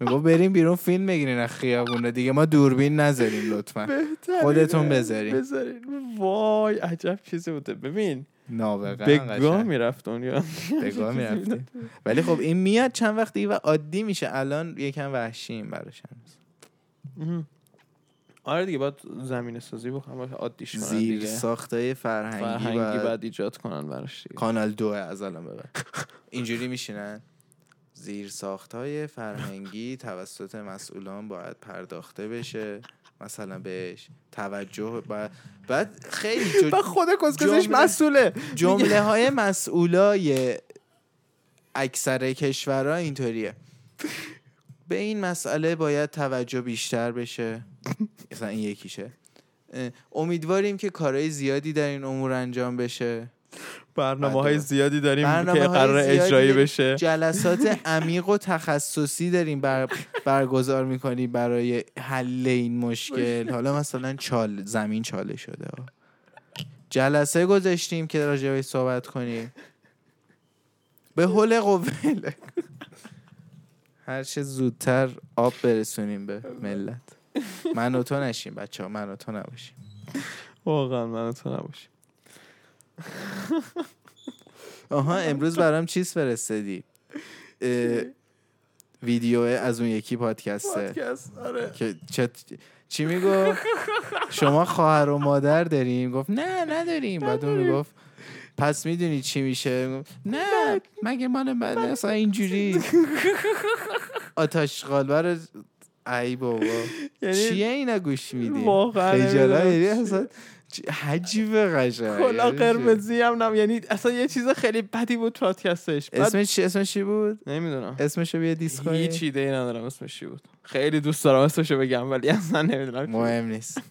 Speaker 2: میگو بریم بیرون فیلم بگیرین از خیابونه دیگه ما دوربین نذاریم لطفا
Speaker 1: بهتره.
Speaker 2: خودتون بذارین.
Speaker 1: بذارین وای عجب چیزی بوده ببین
Speaker 2: نابغه
Speaker 1: بگاه
Speaker 2: قشنگ.
Speaker 1: میرفت دنیا
Speaker 2: بگاه میرفتیم ولی خب این میاد چند وقت دیگه و عادی میشه الان یکم وحشیم براش هنوز.
Speaker 1: آره دیگه باید زمین سازی بکنم باید عادیش کنن
Speaker 2: زیر
Speaker 1: آره دیگه
Speaker 2: ساختای فرهنگی,
Speaker 1: فرهنگی
Speaker 2: و
Speaker 1: باید ایجاد کنن براش دیگه
Speaker 2: کانال دوه از الان به بعد. اینجوری میشینن زیر ساختای فرهنگی توسط مسئولان باید پرداخته بشه مثلا بهش توجه باید, بعد خیلی جو-
Speaker 1: و خب، خود
Speaker 2: جمله-
Speaker 1: کسکسش مسئوله
Speaker 2: جمله های مسئولای اکثر کشورها اینطوریه به این مسئله باید توجه بیشتر بشه مثلا این یکیشه اه، امیدواریم که کارهای زیادی در این امور انجام بشه
Speaker 1: برنامه های زیادی داریم
Speaker 2: برنامه‌های
Speaker 1: که قرار
Speaker 2: زیادی
Speaker 1: اجرایی
Speaker 2: داریم.
Speaker 1: بشه
Speaker 2: جلسات عمیق و تخصصی داریم بر... برگزار میکنیم برای حل این مشکل حالا مثلا چال... زمین چاله شده آه. جلسه گذاشتیم که راجع بهش صحبت کنیم به حل قوه هر چه زودتر آب برسونیم به ملت من و تو نشیم بچه ها من و تو نباشیم
Speaker 1: واقعا من و تو نباشیم
Speaker 2: آها امروز برام چیز فرستدی اه، ویدیو از اون یکی پادکسته
Speaker 1: پادکست آره
Speaker 2: که چه چی میگفت شما خواهر و مادر داریم گفت نه نداریم بعد اون میگفت پس میدونی چی میشه میگفت، نه مگه مال من اصلا اینجوری آتش قالبر ای بابا چیه اینا گوش میدی
Speaker 1: واقعا
Speaker 2: خجالت
Speaker 1: یعنی نمی‌دونم چیه.
Speaker 2: میدی اصلا چ- حجیب قشنگ
Speaker 1: کلا
Speaker 2: یعنی چی؟
Speaker 1: قرمزی هم نم یعنی اصلا یه چیز خیلی بدی بود پادکستش بعد
Speaker 2: اسمش چی اسمش چی بود
Speaker 1: نمیدونم
Speaker 2: اسمشو بیا دیسکو
Speaker 1: هیچ ایده ای ندارم اسمش چی بود خیلی دوست دارم اسمشو بگم ولی اصلا نمیدونم چی بود.
Speaker 2: مهم نیست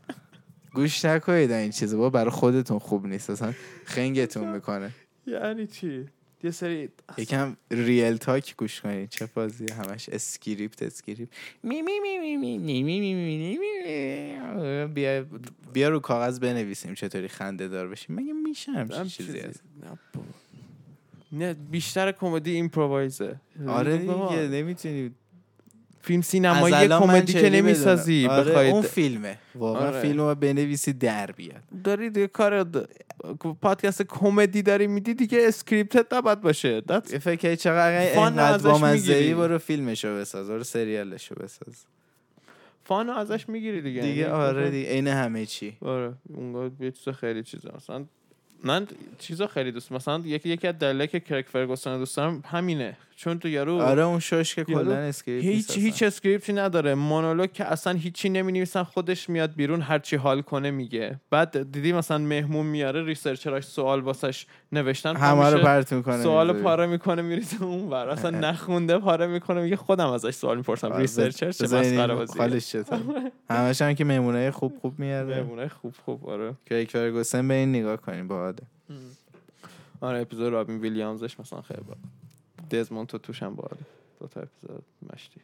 Speaker 2: گوش نکنید این چیزا با برای خودتون خوب نیست اصلا خنگتون میکنه
Speaker 1: یعنی چی یه سری
Speaker 2: یکم ریل تاک گوش کنید چه بازی همش اسکریپت اسکریپت می می می می می نی می می می نی می می. بیا بیا رو کاغذ بنویسیم چطوری خنده دار بشیم مگه میشه
Speaker 1: هم
Speaker 2: همچین چیزی
Speaker 1: چیزی.
Speaker 2: هست
Speaker 1: نه بابا. نه بیشتر کمدی ایمپرووایزه
Speaker 2: آره
Speaker 1: بابا.
Speaker 2: دیگه نمیتونی
Speaker 1: فیلم
Speaker 2: از
Speaker 1: سینمایی
Speaker 2: الان من
Speaker 1: کمدی که
Speaker 2: چلی
Speaker 1: نمیسازی
Speaker 2: بدونم. آره، اون
Speaker 1: بخواید
Speaker 2: فیلمه واقعا
Speaker 1: آره.
Speaker 2: فیلم رو بنویسی در بیاد
Speaker 1: دارید یه کار د- پادکست کمدی داری میدی دیگه اسکریپتت نباید باشه That's
Speaker 2: فکر کنی چقدر
Speaker 1: فان
Speaker 2: اینقدر
Speaker 1: ازش
Speaker 2: با مزه‌ای
Speaker 1: می‌گیری.
Speaker 2: برو فیلمشو بساز برو سریالشو بساز
Speaker 1: فانو ازش میگیری دیگه
Speaker 2: دیگه
Speaker 1: یعنی
Speaker 2: آره
Speaker 1: مثلا-
Speaker 2: دیگه عین همه چی
Speaker 1: آره اونگاه یه چیز خیلی چیزه مثلا من چیزا خیلی دوست مثلا یکی یکی از دلایلی که کرک فرگوسن رو دوست دارم همینه چون تو یارو
Speaker 2: آره اون شاش که
Speaker 1: یارو
Speaker 2: کلا اسکریپت
Speaker 1: هیچ هیچ اسکریپتی نداره مونولوگ که اصلا هیچی نمینویسن خودش میاد بیرون هرچی حال کنه میگه بعد دیدی مثلا مهمون میاره ریسرچراش سوال واسش نوشتن
Speaker 2: همه رو
Speaker 1: پامیشه.
Speaker 2: پرت میکنه
Speaker 1: سوال
Speaker 2: می‌ذاری.
Speaker 1: پاره میکنه میریزه اون ور اصلا نخونده پاره میکنه میگه خودم ازش سوال میپرسم
Speaker 2: آره،
Speaker 1: ریسرچر چه
Speaker 2: بذار این
Speaker 1: مسخره بازیه
Speaker 2: خالش چطور همش هم که مهمونه خوب خوب میاره
Speaker 1: مهمونه خوب خوب آره
Speaker 2: کریک فرگوسن به این نگاه کنیم باحاله
Speaker 1: آره اپیزود رابین ویلیامزش مثلا خیلی با دزموند تو توش هم باحال دو تا اپیزود مشتی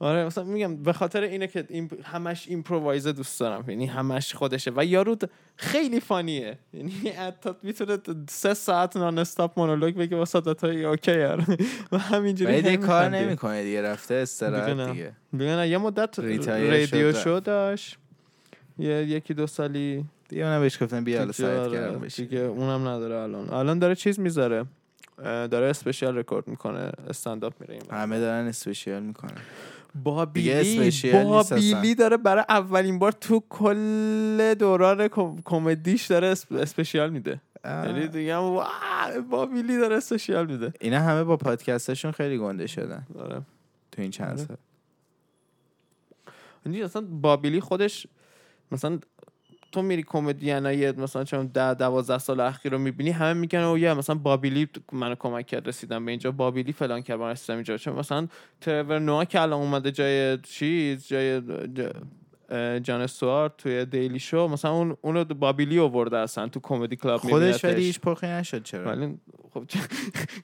Speaker 1: آره مثلا میگم به خاطر اینه که این همش ایمپرووایزه دوست دارم یعنی همش خودشه و یارو د- خیلی فانیه یعنی حتی میتونه د- سه ساعت نان استاپ مونولوگ بگه واسه تا اوکی آره و همینجوری
Speaker 2: ولی دیگه
Speaker 1: همین
Speaker 2: کار
Speaker 1: خندیه.
Speaker 2: نمیکنه دیگه رفته
Speaker 1: دیگه
Speaker 2: استراحت
Speaker 1: نه.
Speaker 2: دیگه
Speaker 1: دیگه نه یه مدت
Speaker 2: ریتایر
Speaker 1: رادیو
Speaker 2: شد.
Speaker 1: شو داشت یه یکی دو سالی
Speaker 2: دیگه اونم بهش گفتن بیا حالا
Speaker 1: دیگه
Speaker 2: سایت
Speaker 1: آره،
Speaker 2: کردم بشی
Speaker 1: دیگه اونم نداره الان الان داره چیز میذاره اه، داره اسپشیال رکورد میکنه استنداپ میره این ور.
Speaker 2: همه دارن اسپشیال میکنن دیگه
Speaker 1: بابیلی
Speaker 2: اسپشیال نیست اصلا.
Speaker 1: بابیلی داره برای اولین بار تو کل دوران کم- کمدیش داره اسپ- اسپشیال میده یعنی دیگه هم واه، بابیلی داره اسپشیال میده
Speaker 2: اینا همه با پادکستشون خیلی گنده شدن
Speaker 1: آره
Speaker 2: تو این چند
Speaker 1: آره.
Speaker 2: سال
Speaker 1: یعنی اصلا بابیلی خودش مثلا تو میری کمدینای مثلا چون ده دوازده سال اخیر رو میبینی همه میگن او یه مثلا بابیلی منو کمک کرد رسیدم به اینجا بابیلی فلان کرد من رسیدم اینجا چون مثلا ترور نوآ که الان اومده جای چیز جای ج- اه، جان استوارت توی دیلی شو مثلا اون اونو بابیلی آورده اصلا تو کمدی کلاب
Speaker 2: خودش ولی
Speaker 1: می‌بینیدش.
Speaker 2: هیچ پخی نشد چرا
Speaker 1: ولی خب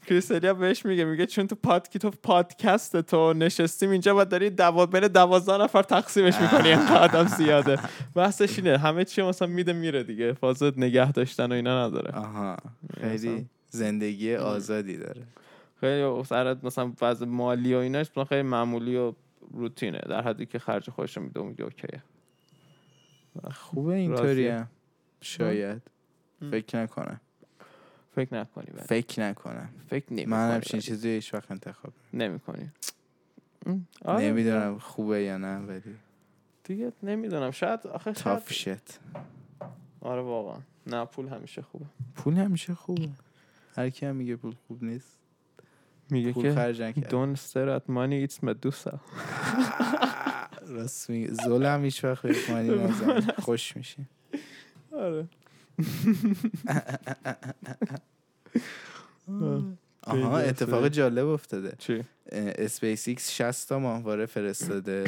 Speaker 1: کریستالیا بهش میگه میگه چون تو پادکی تو پادکست تو نشستیم اینجا و داری دوا بین دوازده نفر تقسیمش میکنی اینقدر آدم زیاده بحثش اینه همه چی مثلا میده میره دیگه فازت نگه داشتن و اینا نداره
Speaker 2: آها خیلی زندگی آزادی داره
Speaker 1: خیلی سر مثلا وضع مالی و ایناش مثلا خیلی معمولی و روتینه در حدی که خرج خودش میده و میگه اوکیه
Speaker 2: خوبه اینطوری
Speaker 1: راضیه.
Speaker 2: هم. شاید فکر نکنم
Speaker 1: فکر نکنی بله.
Speaker 2: فکر نکنم
Speaker 1: فکر نمی
Speaker 2: من همچین چیزی هیچ وقت انتخاب
Speaker 1: نمیکنی آره.
Speaker 2: نمیدونم خوبه یا نه ولی
Speaker 1: دیگه نمیدونم شاید آخه شاید
Speaker 2: تاف شت
Speaker 1: آره واقعا نه پول همیشه خوبه
Speaker 2: پول همیشه خوبه هر کی هم میگه پول خوب نیست
Speaker 1: میگه
Speaker 2: پول
Speaker 1: که
Speaker 2: خرج نکرد
Speaker 1: don't stare at money it's medusa
Speaker 2: راست میگه ظلم هیچ وقت به معنی نزن. خوش میشه
Speaker 1: آره
Speaker 2: آها
Speaker 1: خیلی
Speaker 2: اتفاق
Speaker 1: جالب.
Speaker 2: جالب افتاده
Speaker 1: چی
Speaker 2: اسپیس ایکس 60 تا ماهواره فرستاده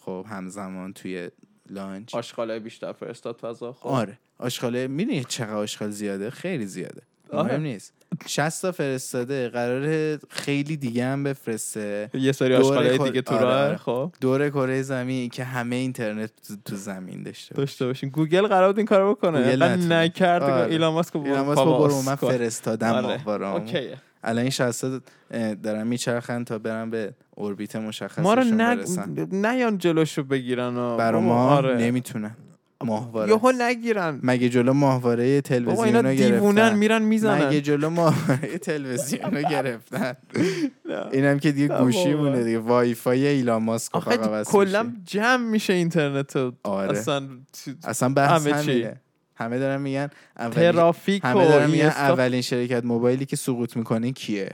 Speaker 2: خب همزمان توی لانچ
Speaker 1: آشغالای بیشتر فرستاد فضا خب
Speaker 2: آره آشغاله میدونی چقدر آشغال زیاده خیلی زیاده
Speaker 1: آره.
Speaker 2: مهم نیست 60 تا فرستاده قراره خیلی دیگه هم بفرسته
Speaker 1: یه سری
Speaker 2: دوره
Speaker 1: آشغالای
Speaker 2: کل-
Speaker 1: دیگه تو
Speaker 2: آره،
Speaker 1: راه
Speaker 2: آره.
Speaker 1: خب
Speaker 2: دور کره زمین که همه اینترنت تو- تو زمین داشته باشه.
Speaker 1: داشته باشین گوگل قرار بود این کارو بکنه
Speaker 2: گوگل
Speaker 1: اینقدر
Speaker 2: نتونه.
Speaker 1: نکرد
Speaker 2: آره.
Speaker 1: ایلان ماسک رو
Speaker 2: اینا واسه
Speaker 1: بابا
Speaker 2: برو
Speaker 1: آس
Speaker 2: من
Speaker 1: کن.
Speaker 2: فرستادم
Speaker 1: آره.
Speaker 2: ماهواره‌امو.
Speaker 1: اوکیه.
Speaker 2: الان این 60 تا، اه، دارن میچرخن تا برن به اوربیت مشخصشون
Speaker 1: ما رو نگ...
Speaker 2: برسن
Speaker 1: نیان جلوشو بگیرن و
Speaker 2: برا
Speaker 1: بابا،
Speaker 2: ما
Speaker 1: آره.
Speaker 2: نمیتونن ماهواره
Speaker 1: یهو نگیرن
Speaker 2: مگه جلو ماهواره
Speaker 1: بابا
Speaker 2: تلویزیون
Speaker 1: اینا
Speaker 2: رو
Speaker 1: دیوونن
Speaker 2: گرفتن
Speaker 1: میرن
Speaker 2: مگه
Speaker 1: میزنن
Speaker 2: جلو ماهواره تلویزیون رو گرفتن
Speaker 1: نه.
Speaker 2: اینم که دیگه
Speaker 1: نه
Speaker 2: گوشی
Speaker 1: بابا.
Speaker 2: مونه دیگه وایفای ایلان ماسک رو فقط
Speaker 1: آخه
Speaker 2: وصل میشه.
Speaker 1: کلا جمع میشه اینترنت و
Speaker 2: آره
Speaker 1: اصلا چی-
Speaker 2: اصلا بحث
Speaker 1: همه چی.
Speaker 2: همینه همه دارن میگن اولین
Speaker 1: ترافیک و
Speaker 2: همه دارن میگن
Speaker 1: اینستا-
Speaker 2: اولین شرکت موبایلی که سقوط میکنه کیه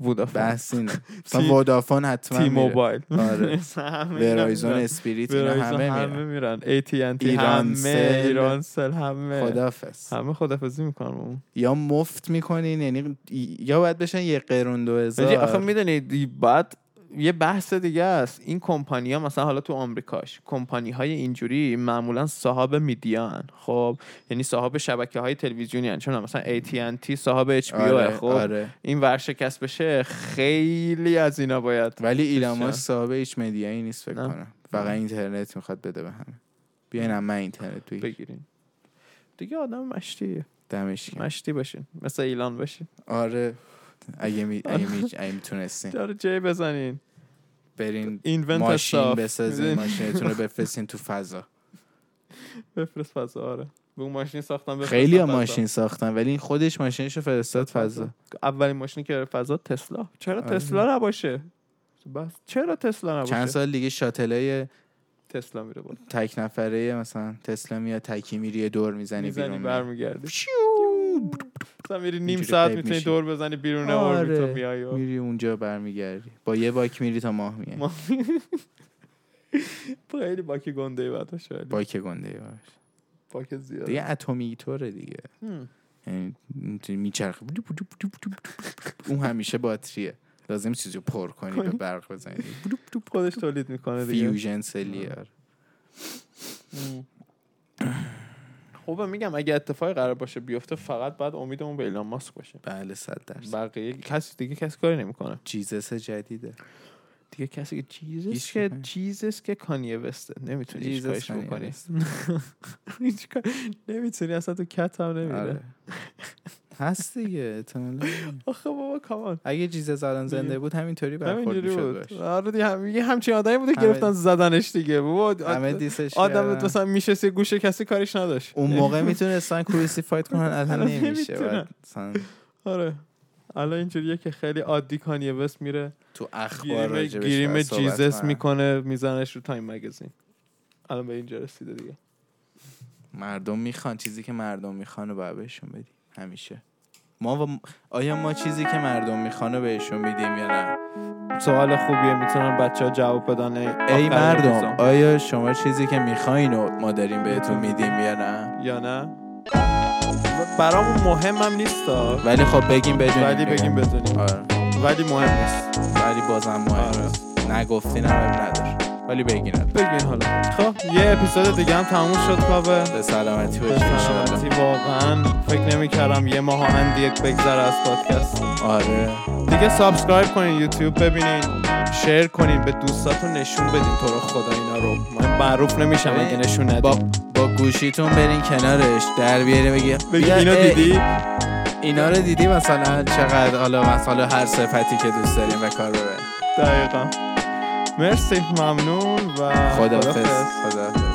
Speaker 1: وودافون
Speaker 2: بحث اینه مثلا
Speaker 1: تی-
Speaker 2: وادافون حتما
Speaker 1: تی
Speaker 2: میره
Speaker 1: موبایل
Speaker 2: آره.
Speaker 1: مثلا همه اینا
Speaker 2: ورایزون
Speaker 1: میرن.
Speaker 2: اسپریت اینا
Speaker 1: ورایزون
Speaker 2: همه
Speaker 1: همه
Speaker 2: میرن
Speaker 1: میرن AT&T همه
Speaker 2: ایرانسل.
Speaker 1: ایرانسل همه
Speaker 2: خدافظ
Speaker 1: همه خدافزی میکنن با اون.
Speaker 2: یا مفت میکنین یعنی یا باید بشن یه قرون دو
Speaker 1: آجی، آخه
Speaker 2: هزار
Speaker 1: میدونی بعد یه بحث دیگه است این کمپانی ها مثلا حالا تو آمریکاش کمپانی های اینجوری معمولا صاحب میدیان خب یعنی صاحب شبکه های تلویزیونی هن. چون مثلا AT&T صاحب HBO
Speaker 2: آره،
Speaker 1: خب
Speaker 2: آره.
Speaker 1: این ورشکست بشه خیلی از اینا باید
Speaker 2: ولی ایلان
Speaker 1: بسیار.
Speaker 2: ماسک صاحب هیچ مدیایی نیست فکر
Speaker 1: نه.
Speaker 2: کنم فقط اینترنت میخواد بده به همه بیاین هم من اینترنت توی
Speaker 1: بگیرین دیگه آدم مشتیه
Speaker 2: دمش گرم.
Speaker 1: مشتی باشین مثل ایلان باشین
Speaker 2: آره اگه می اگه می اگه میتونستین
Speaker 1: داره جی بزنین
Speaker 2: برین
Speaker 1: اینونت
Speaker 2: ماشین
Speaker 1: استاف.
Speaker 2: بسازین
Speaker 1: می‌دونی؟
Speaker 2: ماشینتون رو بفرستین تو فضا
Speaker 1: بفرست فضا آره به اون ماشین ساختم بفرست
Speaker 2: خیلی
Speaker 1: فضا.
Speaker 2: ماشین ساختن ولی این خودش ماشینش رو فرستاد فضا
Speaker 1: اولین ماشینی که بره فضا تسلا چرا
Speaker 2: آره.
Speaker 1: تسلا نباشه بس چرا تسلا نباشه
Speaker 2: چند سال دیگه شاتلای
Speaker 1: تسلا میره بالا
Speaker 2: تک نفره مثلا تسلا میاد تکی میری یه دور میزنی
Speaker 1: میزنی
Speaker 2: یعنی بیرون
Speaker 1: برمیگردی
Speaker 2: شیو.
Speaker 1: مثلا میری نیم
Speaker 2: اینجوری
Speaker 1: ساعت
Speaker 2: غیب
Speaker 1: میتونی
Speaker 2: میشی.
Speaker 1: دور بزنی بیرون
Speaker 2: آره.
Speaker 1: اوربیتا میای و-
Speaker 2: میری اونجا برمیگردی با یه باک میری تا ماه میای
Speaker 1: ما- خیلی باکی گنده ای بعد شاید
Speaker 2: باک گنده ای باش
Speaker 1: باک زیاد
Speaker 2: دیگه اتمی طوره دیگه
Speaker 1: هم.
Speaker 2: یعنی اینجوری میچرخه اون همیشه باتریه لازم چیزی رو پر کنی به برق بزنی
Speaker 1: خودش تولید میکنه آره دیگه
Speaker 2: فیوژن سلیار
Speaker 1: هم. خوبه خب میگم اگه اتفاقی قرار باشه بیفته فقط بعد امیدمون به ایلان ماسک باشه
Speaker 2: بله صد درصد
Speaker 1: بقیه کسی دیگه کسی کاری نمیکنه
Speaker 2: جیزس جدیده
Speaker 1: دیگه کسی که چیزش
Speaker 2: هیچ
Speaker 1: که
Speaker 2: کی-
Speaker 1: چیزش که کانیه وسته نمیتونی هیچ
Speaker 2: Jesus
Speaker 1: کاریش
Speaker 2: Kanye
Speaker 1: بکنی
Speaker 2: West.
Speaker 1: هیچ کار- نمیتونی اصلا تو کت هم
Speaker 2: آره.
Speaker 1: نمیره
Speaker 2: هست دیگه احتمالاً.
Speaker 1: آخه بابا کامان
Speaker 2: اگه جیزس الان زنده بود همینطوری برخورد
Speaker 1: همینجوری
Speaker 2: میشد
Speaker 1: بود
Speaker 2: باش
Speaker 1: آره دیگه هم... یه همچین آدمی بوده که
Speaker 2: همه-
Speaker 1: گرفتن زدنش دیگه بابا
Speaker 2: همه
Speaker 1: آد-
Speaker 2: دیسش
Speaker 1: آدم
Speaker 2: کردن.
Speaker 1: مثلا میشه یه گوشه کسی کاریش نداشت
Speaker 2: اون موقع میتونستن کروسیفایت کنن الان
Speaker 1: الان
Speaker 2: نمیشه
Speaker 1: نمیتونن.
Speaker 2: بعد مثلا
Speaker 1: آره الان اینجوریه که خیلی عادی کانیه وست میره
Speaker 2: تو اخبار
Speaker 1: گیریم
Speaker 2: راجبش
Speaker 1: خب، گیریم
Speaker 2: باید صحبت
Speaker 1: جیزس
Speaker 2: کنن.
Speaker 1: میکنه میزنش رو تایم مگزین الان به اینجا رسیده دیگه
Speaker 2: مردم میخوان چیزی که مردم میخوان رو باید بهشون بدیم همیشه ما و... آیا ما چیزی که مردم میخوان رو بهشون میدیم یا نه
Speaker 1: سوال خوبیه میتونن بچه ها جواب بدن
Speaker 2: ای
Speaker 1: آخرین
Speaker 2: مردم
Speaker 1: اپیزود.
Speaker 2: آیا شما چیزی که میخواین رو ما داریم بهتون میدیم یا نه
Speaker 1: یا نه برامون مهمم نیست ها.
Speaker 2: ولی خب بگیم بدونیم
Speaker 1: ولی
Speaker 2: دیگه.
Speaker 1: بگیم بدونیم
Speaker 2: آره.
Speaker 1: ولی مهم نیست
Speaker 2: ولی بازم مهم
Speaker 1: آره.
Speaker 2: است. نگفتین هم عیب نداره ولی بگین
Speaker 1: بگین حالا خب یه اپیزود دیگه هم تموم شد کابه
Speaker 2: به سلامتی
Speaker 1: به
Speaker 2: باشین انشاءالله.
Speaker 1: سلامتی واقعا فکر نمی یه ماه اند یک بگذره از پادکست
Speaker 2: آره
Speaker 1: دیگه سابسکرایب کنین یوتیوب ببینین شیر کنین به دوستاتون نشون بدین تو رو خدا اینا رو من معروف نمیشم اگه نشون ندین
Speaker 2: با, با گوشیتون برین کنارش در بیاره بگی
Speaker 1: بگی
Speaker 2: بیا،
Speaker 1: اینو
Speaker 2: ای،
Speaker 1: دیدی
Speaker 2: اینا رو دیدی مثلا چقدر حالا مثلا هر صفتی که دوست داریم به کار ببرین
Speaker 1: دقیقا مرسی ممنون و
Speaker 2: خدافز
Speaker 1: خداحافظ.
Speaker 2: خدافز